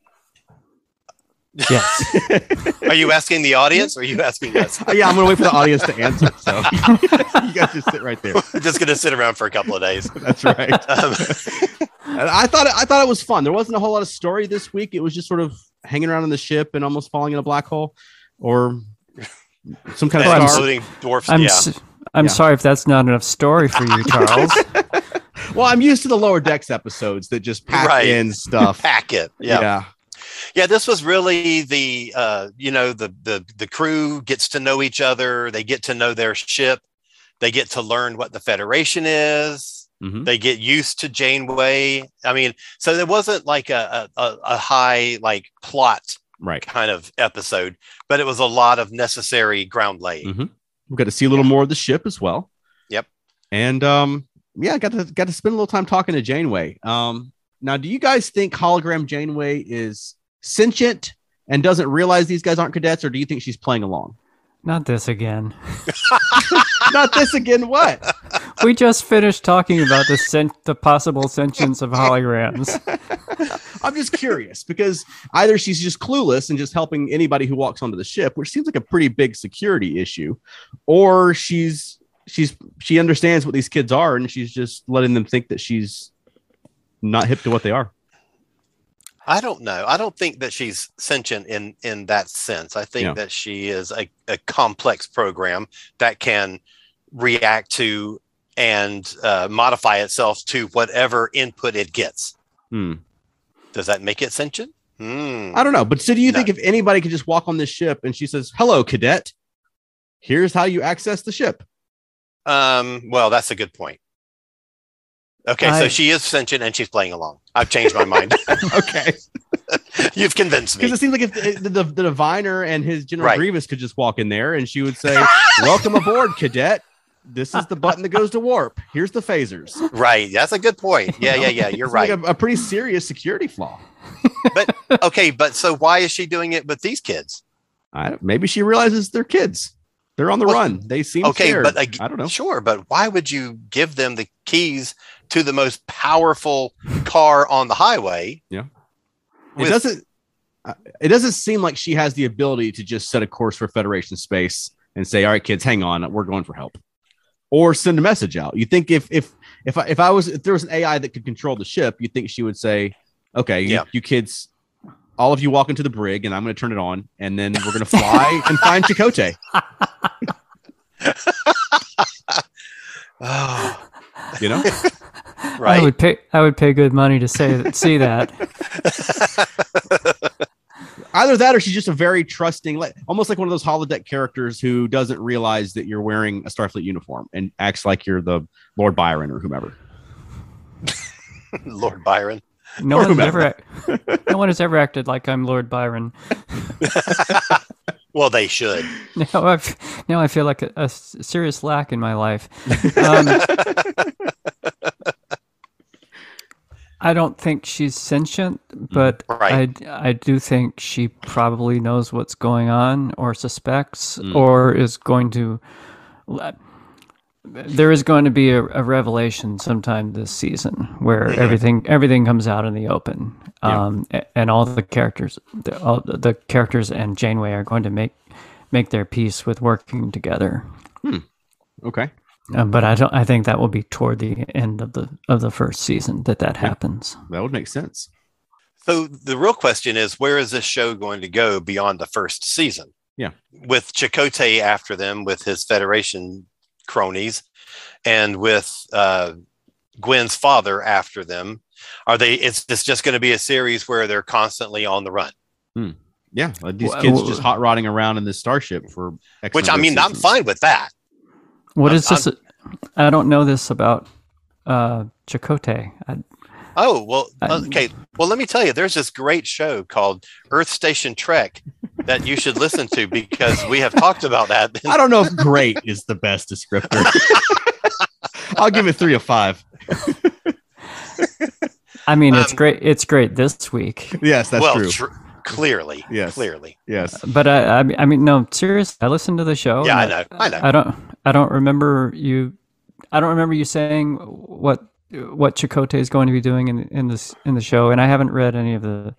C: Yes.
B: Are you asking the audience or are you asking us?
A: yeah, I'm gonna wait for the audience to answer. So you guys just sit right there.
B: Just going to sit around for a couple of days.
A: That's right.
B: Um,
A: And I thought I thought it was fun. There wasn't a whole lot of story this week. It was just sort of hanging around on the ship and almost falling in a black hole, or some kind of star.
B: including dwarfs.
C: I'm
B: yeah.
C: s- I'm
A: Yeah.
C: sorry if that's not enough story for you, Charles.
A: Well, I'm used to the lower decks episodes that just pack
B: Right.
A: in stuff.
B: Pack it. Yeah. yeah.
A: yeah,
B: This was really the, uh, you know, the, the, the crew gets to know each other. They get to know their ship. They get to learn what the Federation is.
A: Mhm.
B: They get used to Janeway. I mean, so there wasn't like a, a, a- a high like plot
A: right.
B: kind of episode, but it was a lot of necessary ground laying.
A: We got to see a little more of the ship as well.
B: Yep.
A: And um, yeah, got to got to spend a little time talking to Janeway. Um, now, do you guys think hologram Janeway is sentient and doesn't realize these guys aren't cadets, or do you think she's playing along?
C: not this again.
A: Not this again. What?
C: We just finished talking about the sen- the possible sentience of holograms.
A: I'm just curious because either she's just clueless and just helping anybody who walks onto the ship, which seems like a pretty big security issue, or she's she's she understands what these kids are and she's just letting them think that she's not hip to what they are.
B: I don't know. I don't think that she's sentient in in that sense. I think
A: Yeah.
B: that she is a, a complex program that can react to and uh, modify itself to whatever input it gets.
A: Hmm.
B: Does that make it sentient? Hmm.
A: I don't know, but so do you
B: No.
A: think if anybody could just walk on this ship and she says, "Hello, cadet," here's how you access the ship?
B: Um, well, that's a good point. Okay,
C: I-
B: so she is sentient and she's playing along. I've changed my mind.
A: Okay,
B: You've convinced
A: because
B: me.
A: it seems like if eh, the, the, the diviner and his General
B: Right.
A: Grievous could just walk in there and she would say, Welcome aboard, cadet. This is the button that goes to warp. Here's the phasers. Seems
B: Right. That's a good point. Yeah, yeah, yeah. You're
A: like
B: right.
A: a, a pretty serious security flaw.
B: Okay, but so why is she doing it with these kids?
A: I don't, maybe she realizes they're kids. They're on the
B: Well,
A: run. They seem
B: okay,
A: scared.
B: but I,
A: I don't know.
B: Sure, but why would you give them the keys to the most powerful car on the highway?
A: it
B: with-
A: doesn't. uh, It doesn't seem like she has the ability to just set a course for Federation space and say, "All right, kids, hang on, we're going for help," or send a message out. You think if if if I, if I was if there was an AI that could control the ship, you think she would say, "Okay, you-
B: Yeah.
A: you, kids, all of you walk into the brig, and I'm going to turn it on, and then we're going to fly and find Chakotay."
B: Oh,
A: You know,
C: I
B: right.
C: would pay I would pay good money to say see that.
A: either that or she's just a very trusting, like almost like one of those holodeck characters who doesn't realize that you're wearing a Starfleet uniform and acts like you're the Lord Byron or whomever.
B: Lord Byron.
C: No
A: Or
C: one's
A: whomever.
C: ever ac- no one has ever acted like I'm Lord Byron.
B: Well, they should.
C: Now I now I feel like a, a s- serious lack in my life. Um, I don't think she's sentient, but
B: Right.
C: I I do think she probably knows what's going on, or suspects, or is going to. There is going to be a, a revelation sometime this season where everything everything comes out in the open, um, a- and all the characters, the, all the the characters and Janeway are going to make make their peace with working together.
A: Okay.
C: Uh, but I don't. I think that will be toward the end of the of the first season that that happens.
A: That would make sense.
B: So the real question is where is this show going to go beyond the first season?
A: Yeah.
B: With Chakotay after them, with his Federation cronies, and with uh, Gwen's father after them. Are they it's it's just going to be a series where they're constantly on the run?
A: Yeah, like these
C: Wha-
A: kids
C: wha-
A: just hot rodding around in this starship for X
B: Which I
A: number of
B: mean, I'm
A: seasons.
B: fine with that.
C: What
B: I'm-
C: is this? I don't know this about uh, Chakotay. I,
B: Oh, well,
C: Um,
B: okay. Well, let me tell you, there's this great show called Earth Station Trek that you should listen to because we have talked about that.
A: I don't know if great is the best descriptor. I'll give it three of five.
C: I mean, it's
B: Um,
C: great. It's great this week,
A: Yes, that's
B: well,
A: true.
B: tr- clearly,
A: Yes.
B: clearly.
A: yes.
C: but I, I, mean- I mean, no, seriously. I listened to the show.
B: yeah, I
C: and
B: know. I know.
C: I don't. I don't remember you. I don't remember you saying what what Chakotay is going to be doing in in this in the show, and I haven't read any of the.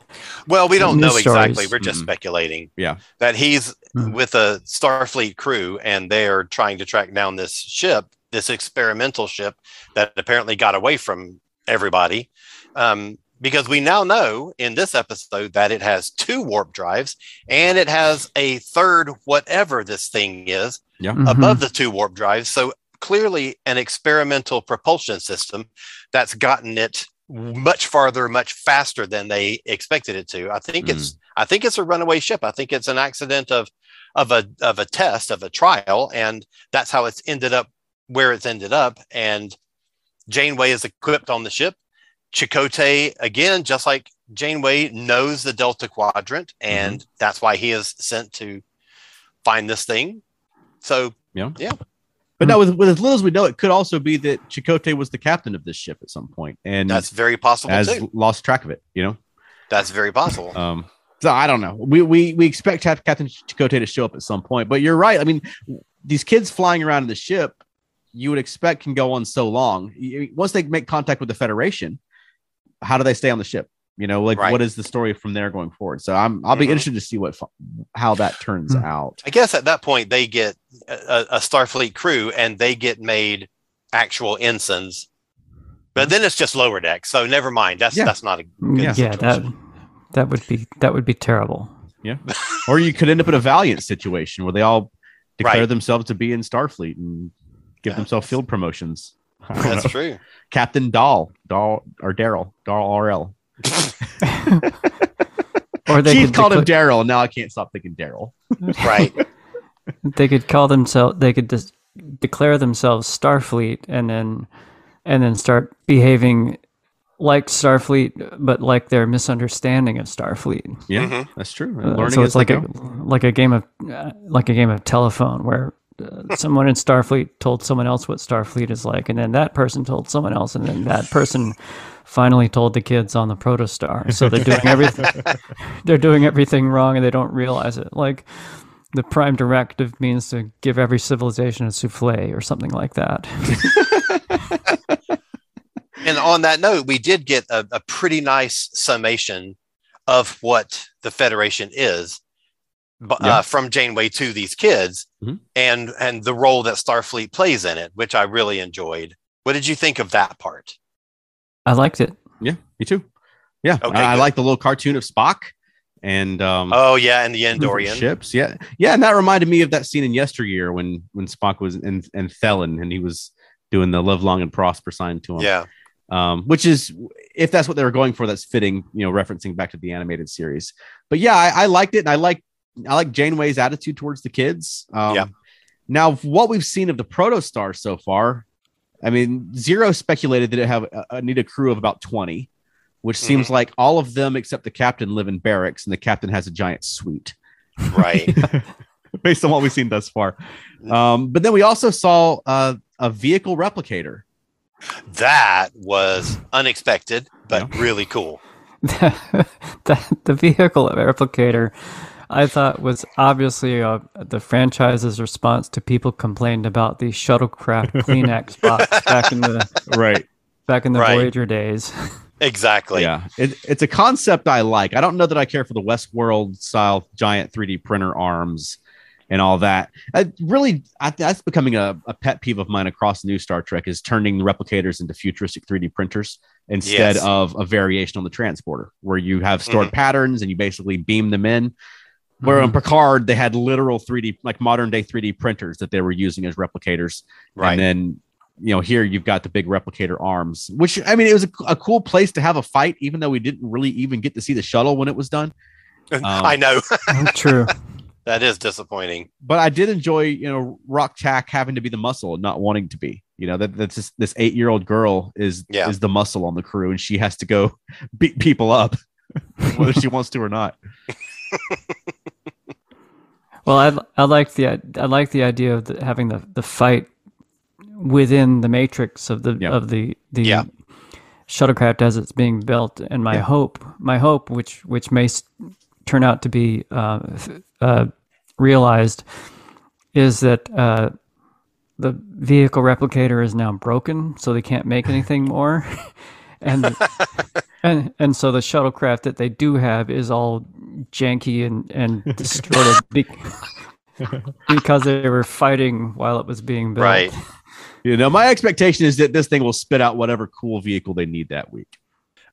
B: Well, we don't
C: News
B: know exactly.
C: stories.
B: We're just
A: Mhm.
B: speculating.
A: Yeah.
B: That he's
C: Mhm.
B: with a Starfleet crew and they're trying to track down this ship, this experimental ship that apparently got away from everybody. Um, because we now know in this episode that it has two warp drives and it has a third, whatever this thing is,
C: mm-hmm.
B: above the two warp drives. So clearly, an experimental propulsion system that's gotten it much farther, much faster than they expected it to. I think it's I think it's a runaway ship. I think it's an accident of of a of a test of a trial, and that's how it's ended up where it's ended up. And Janeway is equipped on the ship. Chakotay again, just like Janeway, knows the Delta Quadrant, and that's why he is sent to find this thing. So
A: But now, with, with as little as we know, it could also be that Chakotay was the captain of this ship at some point and
B: That's very possible
A: has
B: too.
A: lost track of it. You know.
B: That's very possible.
A: Um, so I don't know. We we we expect Cap- Captain Chakotay to show up at some point, but you're right. I mean, these kids flying around in the ship, you would expect can go on so long. You- Once they make contact with the Federation, how do they stay on the ship? You know, like
B: Right.
A: what is the story from there going forward? So I'm I'll be
B: Mhm.
A: interested to see what fu- how that turns
C: Mhm.
A: out.
B: I guess at that point they get a, a- a Starfleet crew and they get made actual ensigns. But then it's just lower deck, so never mind. That's
A: Yeah.
B: that's not a good
C: yeah, that
B: situation.
C: that would be that would be terrible.
A: Or you could end up in a Valiant situation where they all declare
B: Right.
A: themselves to be in Starfleet and give
B: Yeah.
A: themselves field promotions. I don't
B: That's
A: know.
B: true.
A: Captain Dahl, Dahl or Daryl, Daryl RL.
C: Or they
A: Keith
C: could
A: called
C: decla-
A: him Daryl. Now I can't stop thinking Daryl.
B: Right.
C: they could call themselves they could just declare themselves starfleet and then and then start behaving like starfleet but like their misunderstanding of starfleet
A: Yeah,
B: Mhm.
A: that's true.
C: Uh,
A: And learning
C: so
A: is
C: it's like
A: they
C: a
A: go.
C: like a game of uh, like a game of telephone where uh, someone in starfleet told someone else what starfleet is like and then that person told someone else and then that person finally told the kids on the protostar so they're doing everything they're doing everything wrong and they don't realize it like the prime directive means to give every civilization a souffle or something like that
B: and on that note, we did get a, a pretty nice summation of what the Federation is bu-
A: Yeah.
B: uh, from Janeway to these kids,
A: Mhm.
B: and and the role that Starfleet plays in it, which I really enjoyed. What did you think of that part?
C: i liked it
A: Yeah, me too. Yeah,
B: Okay,
A: I, I
B: good.
A: like the little cartoon of Spock and um,
B: Oh yeah, and the Andorian.
A: ships. Yeah, yeah, and that reminded me of that scene in Yesteryear when when Spock was in and Thelen and he was doing the "Live Long and Prosper" sign to him.
B: Yeah,
A: um, which is if that's what they were going for, that's fitting. You know, referencing back to the animated series. But yeah, I, I liked it, and I like I like Janeway's attitude towards the kids. Um,
B: Yeah.
A: Now, what we've seen of the Protostar so far, I mean, Zero speculated that it have uh, need a crew of about twenty, which seems like all of them except the captain live in barracks, and the captain has a giant suite
B: right.
A: based on what we've seen thus far. Um, but then we also saw uh, a vehicle replicator.
B: that was unexpected, but really cool.
C: the, the vehicle replicator I thought was obviously uh, the franchise's response to people complained about the shuttlecraft Kleenex box back in the
A: Right.
C: back in the
B: Right.
C: Voyager days.
B: Exactly.
A: yeah, it, it's a concept I like. I don't know that I care for the Westworld style giant 3D printer arms and all that. I really, I, that's becoming a, a pet peeve of mine across new Star Trek is turning the replicators into futuristic 3D printers instead
B: Yes. Mm-hmm.
A: of a variation on the transporter where you have stored patterns and you basically beam them in. Where on Picard, they had literal 3D, like modern day 3D printers that they were using as replicators.
B: Right.
A: And then, you know, here you've got the big replicator arms, which I mean, it was a, a cool place to have a fight, even though we didn't really even get to see the shuttle when it was done.
B: I know
C: Oh, True.
B: that is disappointing.
A: But I did enjoy, you know, Rock Tack having to be the muscle and not wanting to be. You know, that that's just, this eight year old girl is
B: Yeah.
A: is the muscle on the crew, and she has to go beat people up, whether she wants to or not.
C: Well, I I like the i- I like the idea of the, having the, the fight within the matrix of the
A: Yeah.
C: of the the
B: Yeah.
C: shuttlecraft as it's being built, and my hope, my hope, which which may s- turn out to be uh, f- uh, realized, is that uh, the vehicle replicator is now broken, so they can't make anything more, and and and so the shuttlecraft that they do have is all janky and and distorted. be- because they were fighting while it was being built.
B: Right.
A: You know, my expectation is that this thing will spit out whatever cool vehicle they need that week.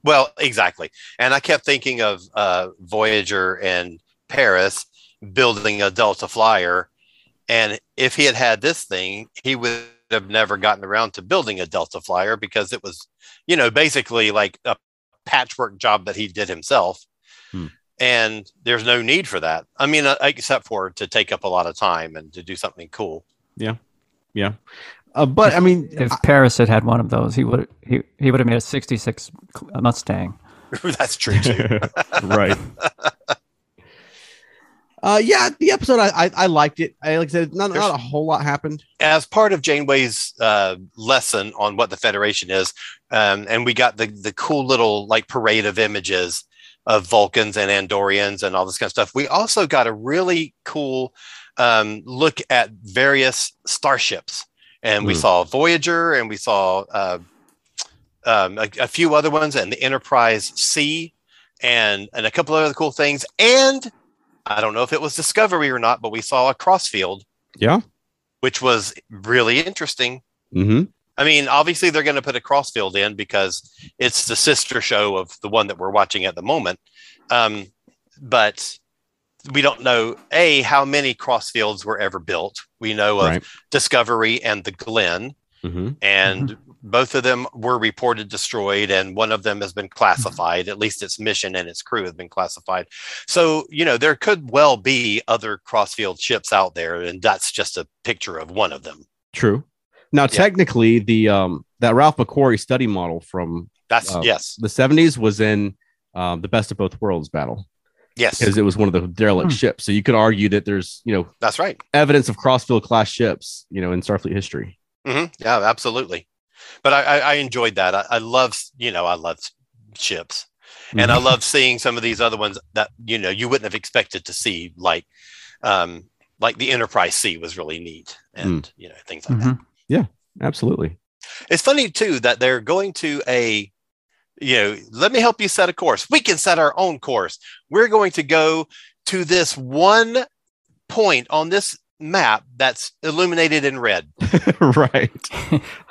B: Well, exactly. And I kept thinking of uh, Voyager and Paris building a Delta Flyer. And if he had had this thing, he would have never gotten around to building a Delta Flyer because it was, you know, basically like a patchwork job that he did himself.
A: Hmm.
B: And there's no need for that. I mean, uh, except for to take up a lot of time and to do something cool.
A: Uh, but I mean,
C: If Paris had had one of those, he would he, he would have made a '66 Mustang.
B: That's true too.
A: right.
E: Uh, yeah, the episode I I, I liked it. I, like I said, not, not a whole lot happened.
B: as part of Janeway's uh, lesson on what the Federation is, um, and we got the the cool little like parade of images of Vulcans and Andorians and all this kind of stuff. We also got a really cool um, look at various starships, and we
A: Mm.
B: saw Voyager, and we saw uh, um, a, a few other ones, and the Enterprise C, and and a couple of other cool things. And I don't know if it was Discovery or not, but we saw a crossfield which was really interesting.
A: Mm-hmm.
B: I mean, obviously they're going to put a crossfield in because it's the sister show of the one that we're watching at the moment. Um, but we don't know a how many crossfields were ever built. We know of
A: Right.
B: Discovery and the Glen,
A: Mm-hmm.
B: and both of them were reported destroyed, and one of them has been
A: Mm-hmm.
B: classified. At least its mission and its crew have been classified. So you know there could well be other crossfield ships out there, and that's just a picture of one of them.
A: True. Now, technically, the um that Ralph McQuarrie study model from
B: That's
A: Uh,
B: yes,
A: the '70s was in um, the Best of Both Worlds battle
B: yes,
A: because it was one of the derelict
C: Hmm.
A: ships. So you could argue that there's you know
B: that's right.
A: evidence of crossfield class ships you know in Starfleet history.
B: hmm Yeah, absolutely. But I, I, I enjoyed that. I, I love, you know, I love ships,
A: Mm-hmm.
B: and I love seeing some of these other ones that you know you wouldn't have expected to see, like, um, like the Enterprise C was really neat, and you know things like that.
C: Mhm.
A: Absolutely.
B: It's funny too that they're going to a, you know, let me help you set a course. We can set our own course. We're going to go to this one point on this map that's illuminated in red.
A: right.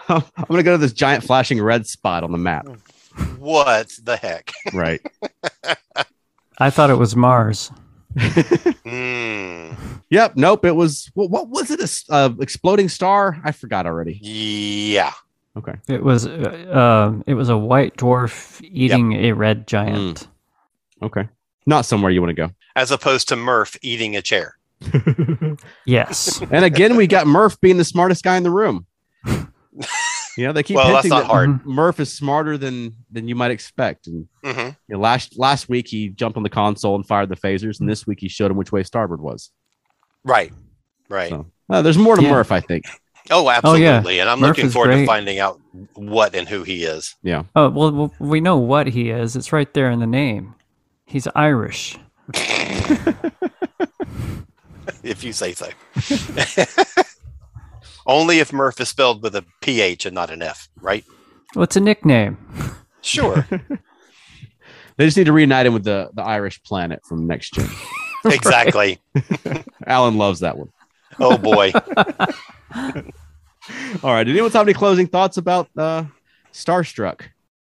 A: I'm gonna go to this giant flashing red spot on the map.
B: What the heck?
A: Right.
C: I thought it was Mars.
B: Mm.
A: Yep. Nope. It was what, what was it? A s- uh, exploding star? I forgot already.
B: Yeah.
C: It was uh, um, it was a white dwarf eating a red giant.
A: Okay. Not somewhere you want to
B: As opposed to Murph eating a chair.
A: go.
C: Yes,
A: and again, we got Murph being the smartest guy in the room. You know, they keep
B: Well, that's
A: hinting
B: not
A: that
B: hard.
C: Mhm.
A: Murph is smarter than than you might expect. And
B: hmm
A: you know, last last week he jumped on the console and fired the phasers, and this week he showed him which way starboard was.
B: Right. Right.
A: So- Uh, there's more to
C: Yeah.
A: Murph, I think.
B: Oh, absolutely. And I'm
C: Murph
B: looking
C: is
B: forward to
C: great.
B: finding out what and who he is.
C: Oh well, w- we know what he is. It's right there in the name. He's Irish.
B: If you say so. Only if Murph is spelled with a PH and not an F, right?
C: What's a nickname?
B: Sure.
A: They just need to reunite him with the the Irish planet from next gen.
B: exactly.
A: Alan loves that one.
B: Oh, boy.
A: All right. Did anyone have any closing thoughts about uh, Starstruck?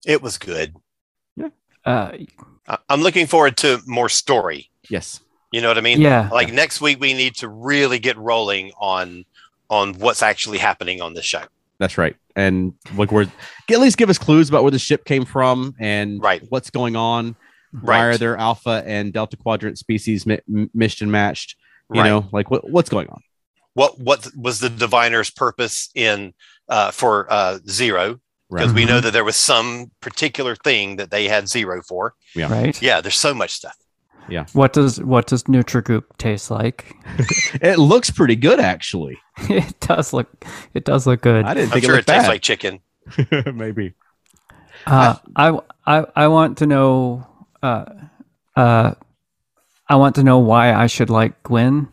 B: It was good.
C: Uh,
B: I- I'm looking forward to more story.
A: Yes.
B: You know what I mean?
C: yeah,
B: Like next week, we need to really get rolling on on what's actually happening on this show.
A: That's right. And like we're at least give us clues about where the ship came from and
B: Right.
A: what's going on. Why
B: Right.
A: are their alpha and delta quadrant species mi- m- mission matched? You
B: right.
A: know, like what what's going on?
B: what what was the diviner's purpose in uh, for uh, zero because we
C: Mm-hmm.
B: know that there was some particular thing that they had zero for
C: right.
B: yeah there's so much stuff
C: What does what does Nutrigoop taste like?
A: It looks pretty good actually.
C: it does look it does look good.
A: I didn't
B: i'm
A: think
B: sure
A: it looked
B: it tastes
A: bad.
B: like chicken
A: Maybe.
C: Uh, I, I I want to know. Uh, uh, I want to know why I should like Gwen,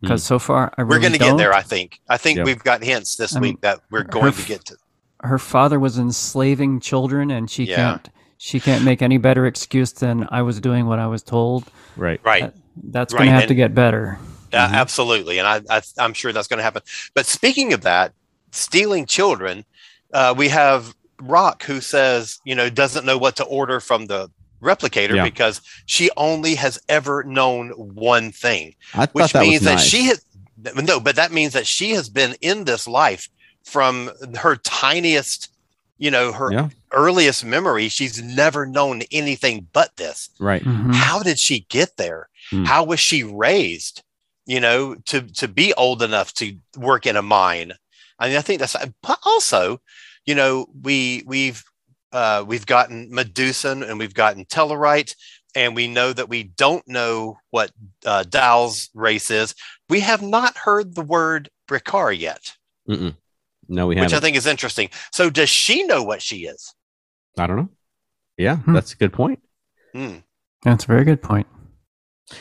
C: because so far I really
B: Hmm. we're going to get
C: don't.
B: there, I think. I think
A: Yeah.
B: we've got hints this
C: Um,
B: week that we're going to get to.
C: Her father was enslaving children, and she
B: Yeah.
C: can't she can't make any better excuse than I was doing what I was told.
A: Right.
B: Right.
C: That's
B: Right,
C: going to have to
B: and-
C: get better.
B: Yeah,
A: Mm-hmm.
B: absolutely, and I, I I'm sure that's going to happen. But speaking of that, stealing children, uh, we have Rock who says you know doesn't know what to order from the replicator
A: Yeah.
B: because she only has ever known one thing,
A: I thought
B: which
A: that
B: means
A: was
B: that
A: nice.
B: she has no, but that means that she has been in this life from her tiniest, you know, her
A: Yeah.
B: earliest memory. She's never known anything but this
A: right.
C: Mhm.
B: how did she get there
A: Hmm.
B: how was she raised you know to to be old enough to work in a mine i mean i think that's but also you know we we've uh, we've gotten medusan and we've gotten tellurite and we know that we don't know what uh, Dal's race is we have not heard the word bricar yet
A: No, we
B: which i
A: haven't.
B: think is interesting so does she know what she is
A: I don't know. Yeah,
C: Hmm.
A: that's a good point.
B: Hmm.
C: That's a very good point.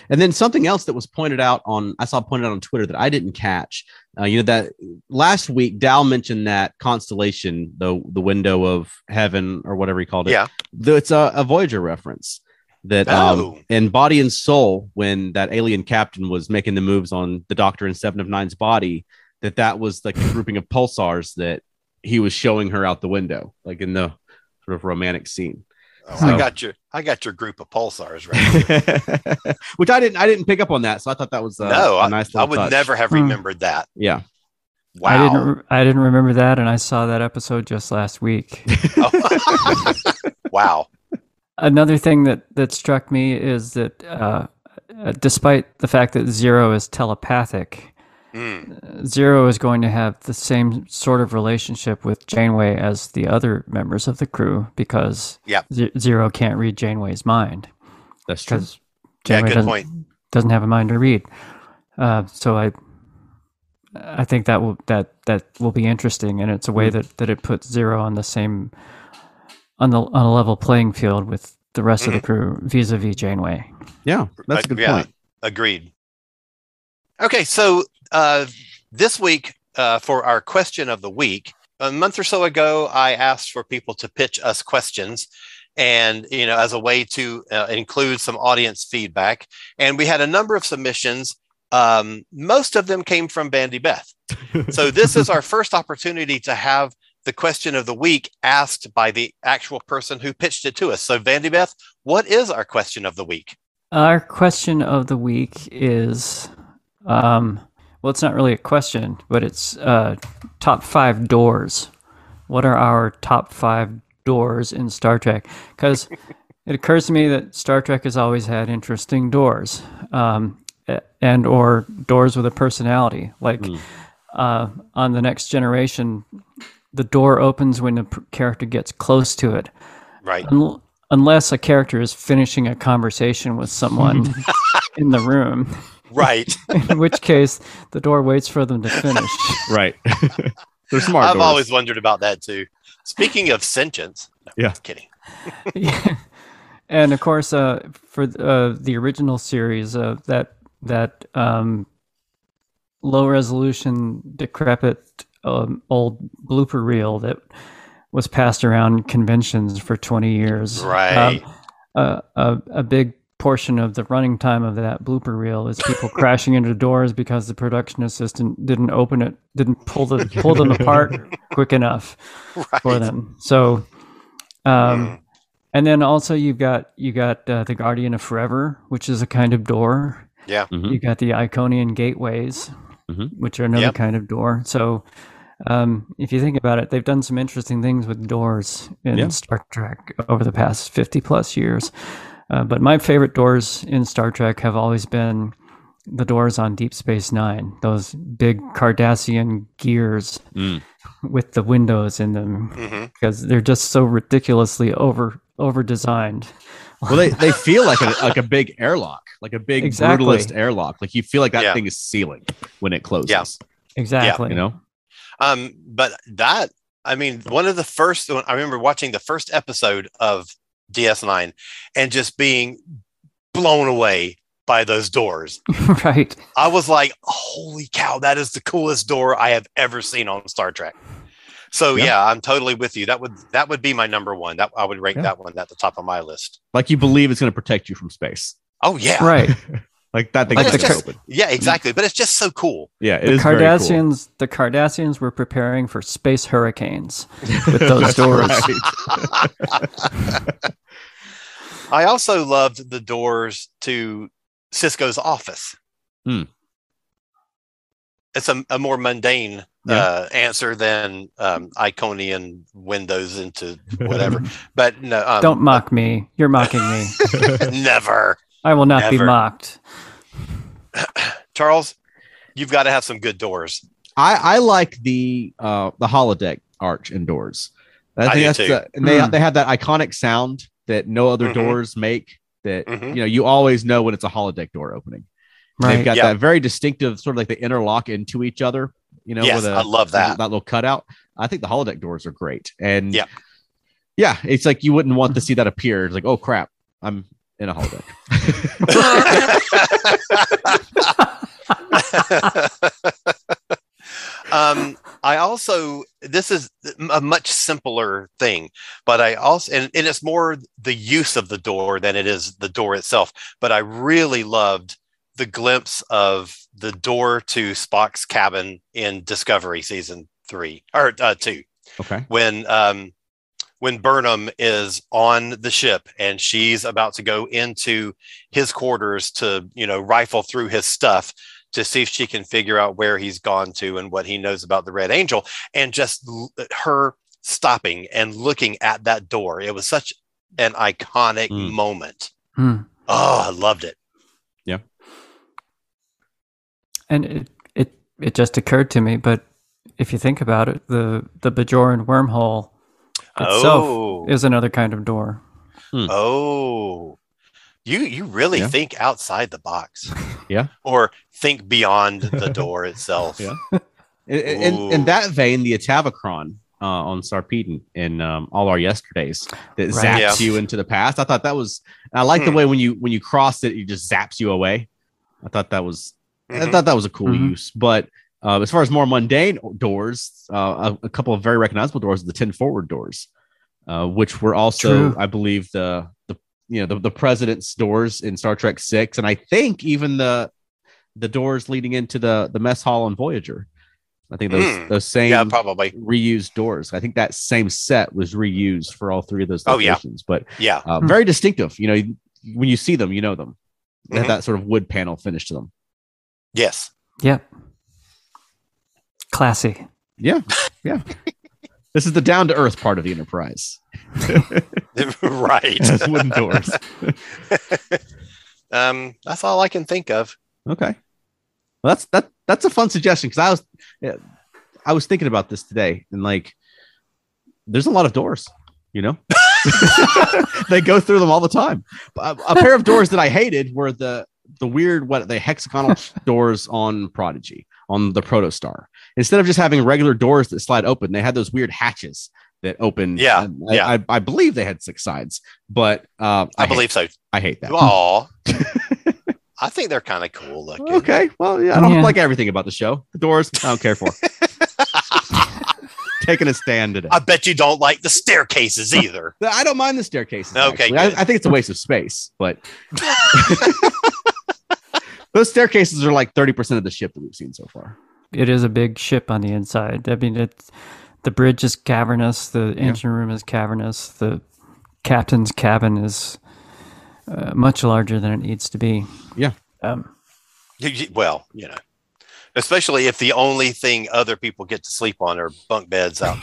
A: And then something else that was pointed out on I saw pointed out on Twitter that I didn't catch. Uh, you know that last week Dal mentioned that constellation, the the window of heaven or whatever he called it.
B: Yeah.
A: though it's a, a Voyager reference that
B: Oh.
A: um, in Body and Soul, when that alien captain was making the moves on the Doctor in Seven of Nine's body, that that was like a grouping of pulsars that he was showing her out the window, like in the sort of romantic scene.
B: oh, i
C: Hmm.
B: got your i got your group of pulsars right
A: which I didn't I didn't pick up on that, so I thought that was uh,
B: no
A: a
B: I,
A: nice
B: I
A: little
B: would
A: touch.
B: never have
C: Hmm.
B: remembered that
A: Yeah,
B: wow
C: I didn't re- I didn't remember that, and I saw that episode just last week.
B: Oh. wow.
C: Another thing that that struck me is that uh, uh, despite the fact that Zero is telepathic,
B: Mm.
C: Zero is going to have the same sort of relationship with Janeway as the other members of the crew because
B: Yep.
C: Ze- Zero can't read Janeway's mind
A: that's true.
C: because
B: Yeah,
C: Janeway
B: good
C: doesn't,
B: point.
C: doesn't have a mind to read. Uh, so I, I think that will that that will be interesting, and it's a way that that it puts Zero on the same on the on a level playing field with the rest of the crew vis-a-vis Janeway.
A: Yeah, that's a good
B: Yeah.
A: point.
B: Agreed. Okay, so uh, this week uh, for our question of the week, a month or so ago, I asked for people to pitch us questions, and you know, as a way to uh, include some audience feedback, and we had a number of submissions. Um, most of them came from Bandy Beth, so this is our first opportunity to have the question of the week asked by the actual person who pitched it to us. So, Bandy Beth, what is our question of the week?
C: Our question of the week is um, well, it's not really a question, but it's uh, top five doors. What are our top five doors in Star Trek? Because it occurs to me that Star Trek has always had interesting doors, um, a- and or doors with a personality. Like uh, on the Next Generation, the door opens when the p- character gets close to it.
B: Right.
C: Unl- unless a character is finishing a conversation with someone in the room,
B: Right.
C: in which case the door waits for them to finish.
A: Right, they're smart.
B: I've
A: doors.
B: always wondered about that too. Speaking of sentience, no,
A: Yeah.
B: just kidding.
C: Yeah. and of course, uh, for uh, the original series, uh, that that um, low resolution, decrepit, um, old blooper reel that was passed around conventions for twenty years, um,
B: Right.
C: a, a, a big portion of the running time of that blooper reel is people crashing into doors because the production assistant didn't open it, didn't pull the pull them apart quick enough for
B: Right.
C: them. So, um, and then also you've got you got uh, the Guardian of Forever, which is a kind of door.
B: Yeah.
A: Mhm.
C: You got the Iconian gateways,
A: Mhm.
C: which are another
B: Yep.
C: kind of door. So. Um, if you think about it, they've done some interesting things with doors in
A: Yeah.
C: Star Trek over the past 50 plus years. Uh, but my favorite doors in Star Trek have always been the doors on Deep Space Nine, those big Cardassian gears
A: Mm.
C: with the windows in them,
B: Mhm.
C: because they're just so ridiculously over over designed.
A: Well, they, they feel like a like a big airlock, like a big
C: Exactly.
A: brutalist airlock. Like you feel like that
B: Yeah.
A: thing is sealing when it closes.
B: Yeah.
C: Exactly.
A: You know,
B: Um, but that I mean, one of the first, I remember watching the first episode of DS9 and just being blown away by those doors.
C: right.
B: I was like, holy cow, that is the coolest door I have ever seen on Star Trek. So
A: Yeah.
B: yeah, I'm totally with you. That would that would be my number one. That I would rank
A: Yeah.
B: that one at the top of my list.
A: Like you believe it's going to protect you from space.
B: Oh yeah.
C: Right.
A: Like that thing
B: Like
A: is
B: the
A: just
B: cur-
A: open.
B: Yeah, exactly. But it's just so cool.
A: Yeah, it
C: the
A: is very
C: Cardassians, the Cardassians were preparing for space hurricanes with those
A: cool.
C: doors.
A: Right.
B: I also loved the doors to Cisco's office.
A: Hmm.
B: It's a, a more mundane
A: Yeah.
B: uh, answer than um, Iconian windows into whatever. but no, um,
C: Don't mock me. You're mocking me.
B: never.
C: I will not be
B: Never.
C: mocked.
B: Charles, you've got to have some good doors.
A: I, I like the uh the holodeck arch and doors. I
B: I
A: think
B: do
A: that's
B: too.
A: the, and they
C: Mm.
A: they have that iconic sound that no other
B: Mhm.
A: doors make. That
B: Mhm.
A: you know you always know when it's a holodeck door opening. They've
C: Right.
A: got
B: Yeah.
A: that very distinctive sort of like they interlock into each other. You know, uh,
B: Yes,
A: with a,
B: I love that.
A: little cutout. I think the holodeck doors are great. And
B: Yeah.
A: yeah, it's like you wouldn't want to see that appear. It's like, oh crap, I'm in a holodeck.
B: um, I also this is a much simpler thing, but I also and, and it's more the use of the door than it is the door itself. But I really loved the glimpse of the door to Spock's cabin in Discovery season three or uh, two
A: okay.
B: when um when Burnham is on the ship and she's about to go into his quarters to, you know, rifle through his stuff to see if she can figure out where he's gone to and what he knows about the Red Angel and just l- her stopping and looking at that door. It was such an iconic
A: Mm.
B: moment.
C: Hmm.
B: Oh, I loved it.
C: And it, it it just occurred to me, but if you think about it, the the Bajoran wormhole itself
B: Oh.
C: is another kind of door.
B: Oh. You you really
A: Yeah.
B: think outside the box.
A: Yeah.
B: Or think beyond the door itself.
A: Yeah. In, in, in- in
B: Ooh.
A: that vein, the Atavacron uh, on Sarpedon in um, all our yesterdays that
C: Right.
A: zaps
B: Yeah.
A: you into the past. I thought that was. and I like the
B: Hmm.
A: way when you when you cross it, it just zaps you away. I thought that was. I
B: Mhm.
A: thought that was a cool
C: Mhm.
A: use, but. Uh, as far as more mundane doors, uh, a, a couple of very recognizable doors, the ten forward doors, uh, which were also,
C: True.
A: I believe, the the you know the, the president's doors in Star Trek Six, and I think even the the doors leading into the the mess hall on Voyager. I think those
B: Mm.
A: those same
B: Yeah, probably.
A: reused doors. I think that same set was reused for all three of those
B: Oh, yeah.
A: locations. But
B: Yeah.
A: uh,
C: Hmm.
A: very distinctive. You know, you- when you see them, you know them. They
B: Mhm.
A: have that sort of wood panel finish to them.
B: Yes.
C: Yep. Classy.
A: Yeah, yeah. this is the down to earth part of the Enterprise.
B: right.
A: Those wooden doors.
B: Um, that's all I can think of.
A: Okay. Well, that's that. That's a fun suggestion because I was, yeah, I was thinking about this today, and like, there's a lot of doors. You know, they go through them all the time. A, a pair of doors that I hated were the the weird what the hexagonal doors on Prodigy on the Protostar. Instead of just having regular doors that slide open, they had those weird hatches that open.
B: Yeah,
A: And I,
B: yeah.
A: I, I believe they had six sides, but uh,
B: I,
A: hate-
B: believe so.
A: I hate that.
B: Aw. I think they're kind of cool looking.
A: Okay. Well, yeah, I don't
C: Yeah.
A: like everything about the show. The doors, I don't care for. Taking a stand today.
B: I bet you don't like the staircases either.
A: Uh, I don't mind the staircases.
B: Okay,
A: actually. I,
B: good.
A: I think it's a waste of space, but those staircases are like 30% of the ship that we've seen so far.
C: It is a big ship on the inside. I mean, it's the bridge is cavernous. The engine room is cavernous. The captain's cabin is uh, much larger than it needs to be.
A: Yeah.
C: Um,
B: You- you- well, you know, especially if the only thing other people get to sleep on are bunk beds out.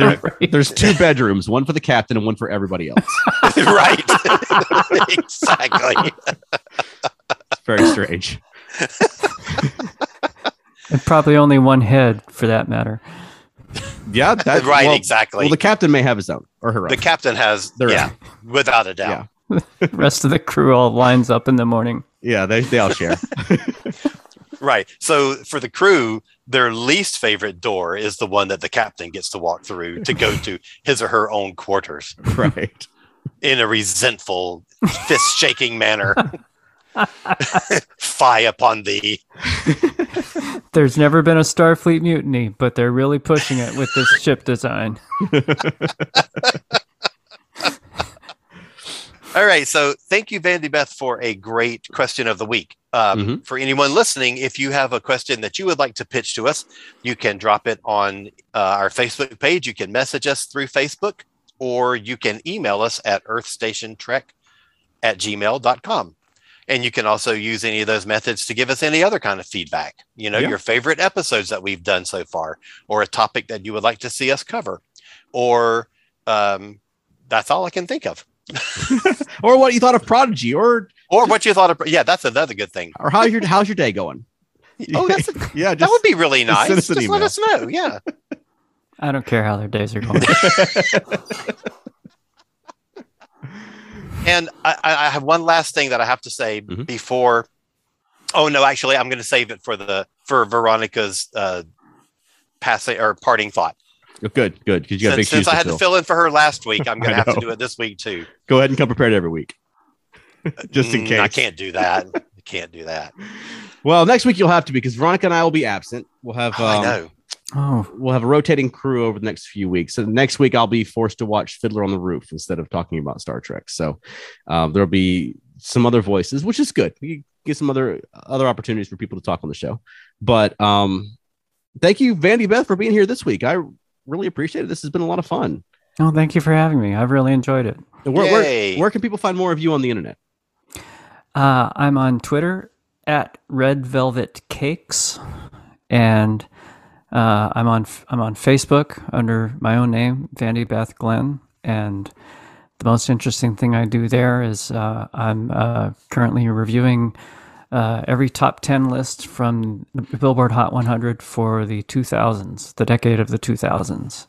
B: know,
C: right.
A: There's two bedrooms, one for the captain and one for everybody else.
B: right? exactly.
A: It's very strange.
C: And probably only one head, for that matter.
A: Yeah, that's
B: right.
A: well-
B: exactly.
A: Well, the captain may have his own or her own.
B: the captain has,
A: Their
B: yeah, without a doubt.
A: Yeah.
C: The rest of the crew all lines up in the morning.
A: yeah, they, they all share.
B: Right. So for the crew, their least favorite door is the one that the captain gets to walk through to go to his or her own quarters
A: right.
B: in a resentful, fist shaking manner. Fie upon thee.
C: There's never been a Starfleet mutiny, but they're really pushing it with this ship design.
B: All right. So thank you, Vandy Beth, for a great question of the week. Um, For anyone listening, if you have a question that you would like to pitch to us, you can drop it on uh, our Facebook page. You can message us through Facebook or you can email us at earthstationtrek at gmail.com. And you can also use any of those methods to give us any other kind of feedback, you know,
A: Yeah.
B: your favorite episodes that we've done so far, or a topic that you would like to see us cover, or um, that's all I can think of
A: Or what you thought of Prodigy, or
B: or what you thought of yeah that's another good thing
A: or how's your how's your day going?
B: oh that's a,
A: Yeah,
B: that
A: just
B: would be really
A: just
B: nice
A: send us
B: just
A: an
B: let
A: email.
B: us know yeah
C: I don't care how their days are going.
B: and I, I I have one last thing that i have to say
A: Mhm.
B: before oh no actually i'm going to save it for the for veronica's uh passing or parting thought
A: good, good. Because you got big
B: since,
A: shoes
B: since
A: to
B: i had
A: fill.
B: to fill in for her last week i'm going
A: I
B: to have to
A: know.
B: do it this week too
A: Go ahead and come prepared every week, just in
B: Mm,
A: case.
B: i can't do that I can't do that
A: Well, next week you'll have to because Veronica and I will be absent. We'll have
B: Oh, i
A: um,
B: know
C: Oh,
A: we'll have a rotating crew over the next few weeks. So next week I'll be forced to watch Fiddler on the Roof instead of talking about Star Trek. So um, there'll be some other voices, which is good. We get some other other opportunities for people to talk on the show. But um, thank you, Vandy Beth, for being here this week. I really appreciate it. This has been a lot of fun.
C: oh, thank you for having me. I've really enjoyed it.
A: And Where, where,
B: Yay.
A: where can people find more of you on the internet?
C: Uh, I'm on Twitter at Red Velvet Cakes, and uh, I'm on I'm on Facebook under my own name, Vandy Beth Glenn. And the most interesting thing I do there is uh, I'm uh, currently reviewing uh, every top ten list from the Billboard Hot 100 for the 2000s, the decade of the 2000s.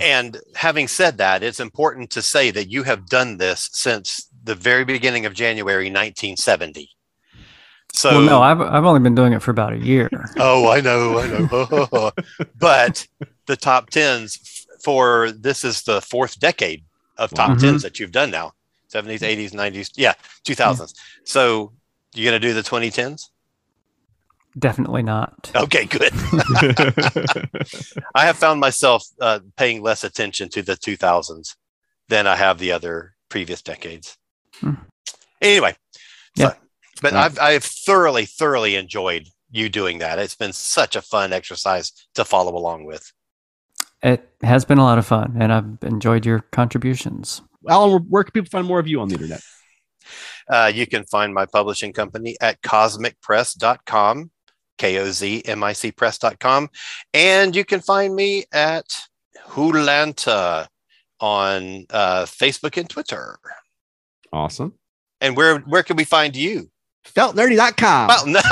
B: And having said that, it's important to say that you have done this since the very beginning of January 1970. So,
C: well, no, I've I've only been doing it for about a year.
B: oh, I know, I know. but the top tens f- for this is the fourth decade of top
C: Mhm.
B: tens that you've done now 70s, 80s, 90s, yeah, 2000s. So, you're going to do the 2010s?
C: Definitely not.
B: Okay, good. I have found myself uh, paying less attention to the 2000s than I have the other previous decades.
C: Hmm.
B: Anyway, so-
C: Yeah.
B: but
A: Right.
B: I've, I've thoroughly, thoroughly enjoyed you doing that. It's been such a fun exercise to follow along with.
C: It has been a lot of fun, and I've enjoyed your contributions.
A: Alan, where can people find more of you on the internet?
B: Uh, you can find my publishing company at cosmicpress.com, K O Z M I C press.com. And you can find me at Hulanta on uh, Facebook and Twitter.
A: Awesome.
B: And where where can we find you?
A: Feltnerdy.com.
B: Well, no.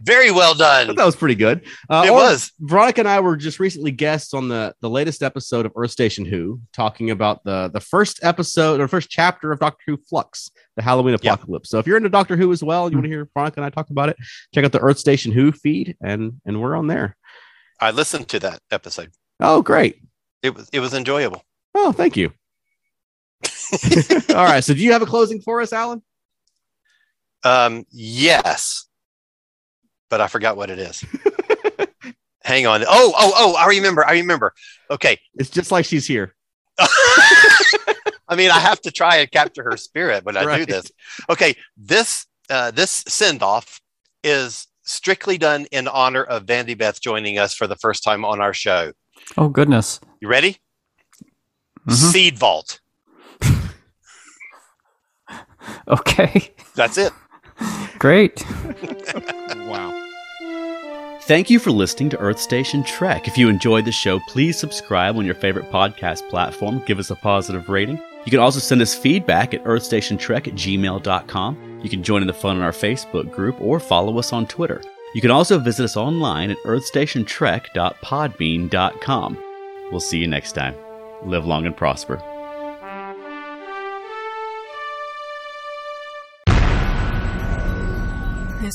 B: Very well
A: I thought
B: done.
A: that was pretty good. Uh,
B: It
A: or-
B: was.
A: Veronica and I were just recently guests on the the latest episode of Earth Station Who, talking about the the first episode or first chapter of Doctor Who Flux, the Halloween
B: Yeah.
A: apocalypse. So if you're into Doctor Who as well, you want to hear Veronica and I talk about it, check out the Earth Station Who feed, and and we're on there.
B: I listened to that episode.
A: Oh, great!
B: It was it was enjoyable.
A: Oh, thank you. All right. So do you have a closing for us, Alan?
B: Um, yes, but I forgot what it is. Hang on. Oh, oh, oh! I remember. I remember. Okay.
A: It's just like she's here.
B: I mean, I have to try and capture her spirit when I do
A: Right.
B: this. Okay, this uh, this send off is strictly done in honor of Vandy Beth joining us for the first time on our show.
C: Oh goodness!
B: You ready?
C: Mhm.
B: Seed Vault.
C: Okay,
B: That's it.
C: great.
J: Thank you for listening to Earth Station Trek. If you enjoyed the show, please subscribe on your favorite podcast platform. Give us a positive rating. You can also send us feedback at earthstationtrek at gmail.com. You can join in the fun on our Facebook group or follow us on Twitter. You can also visit us online at earthstationtrek.podbean.com. We'll see you next time. Live long and prosper.
K: This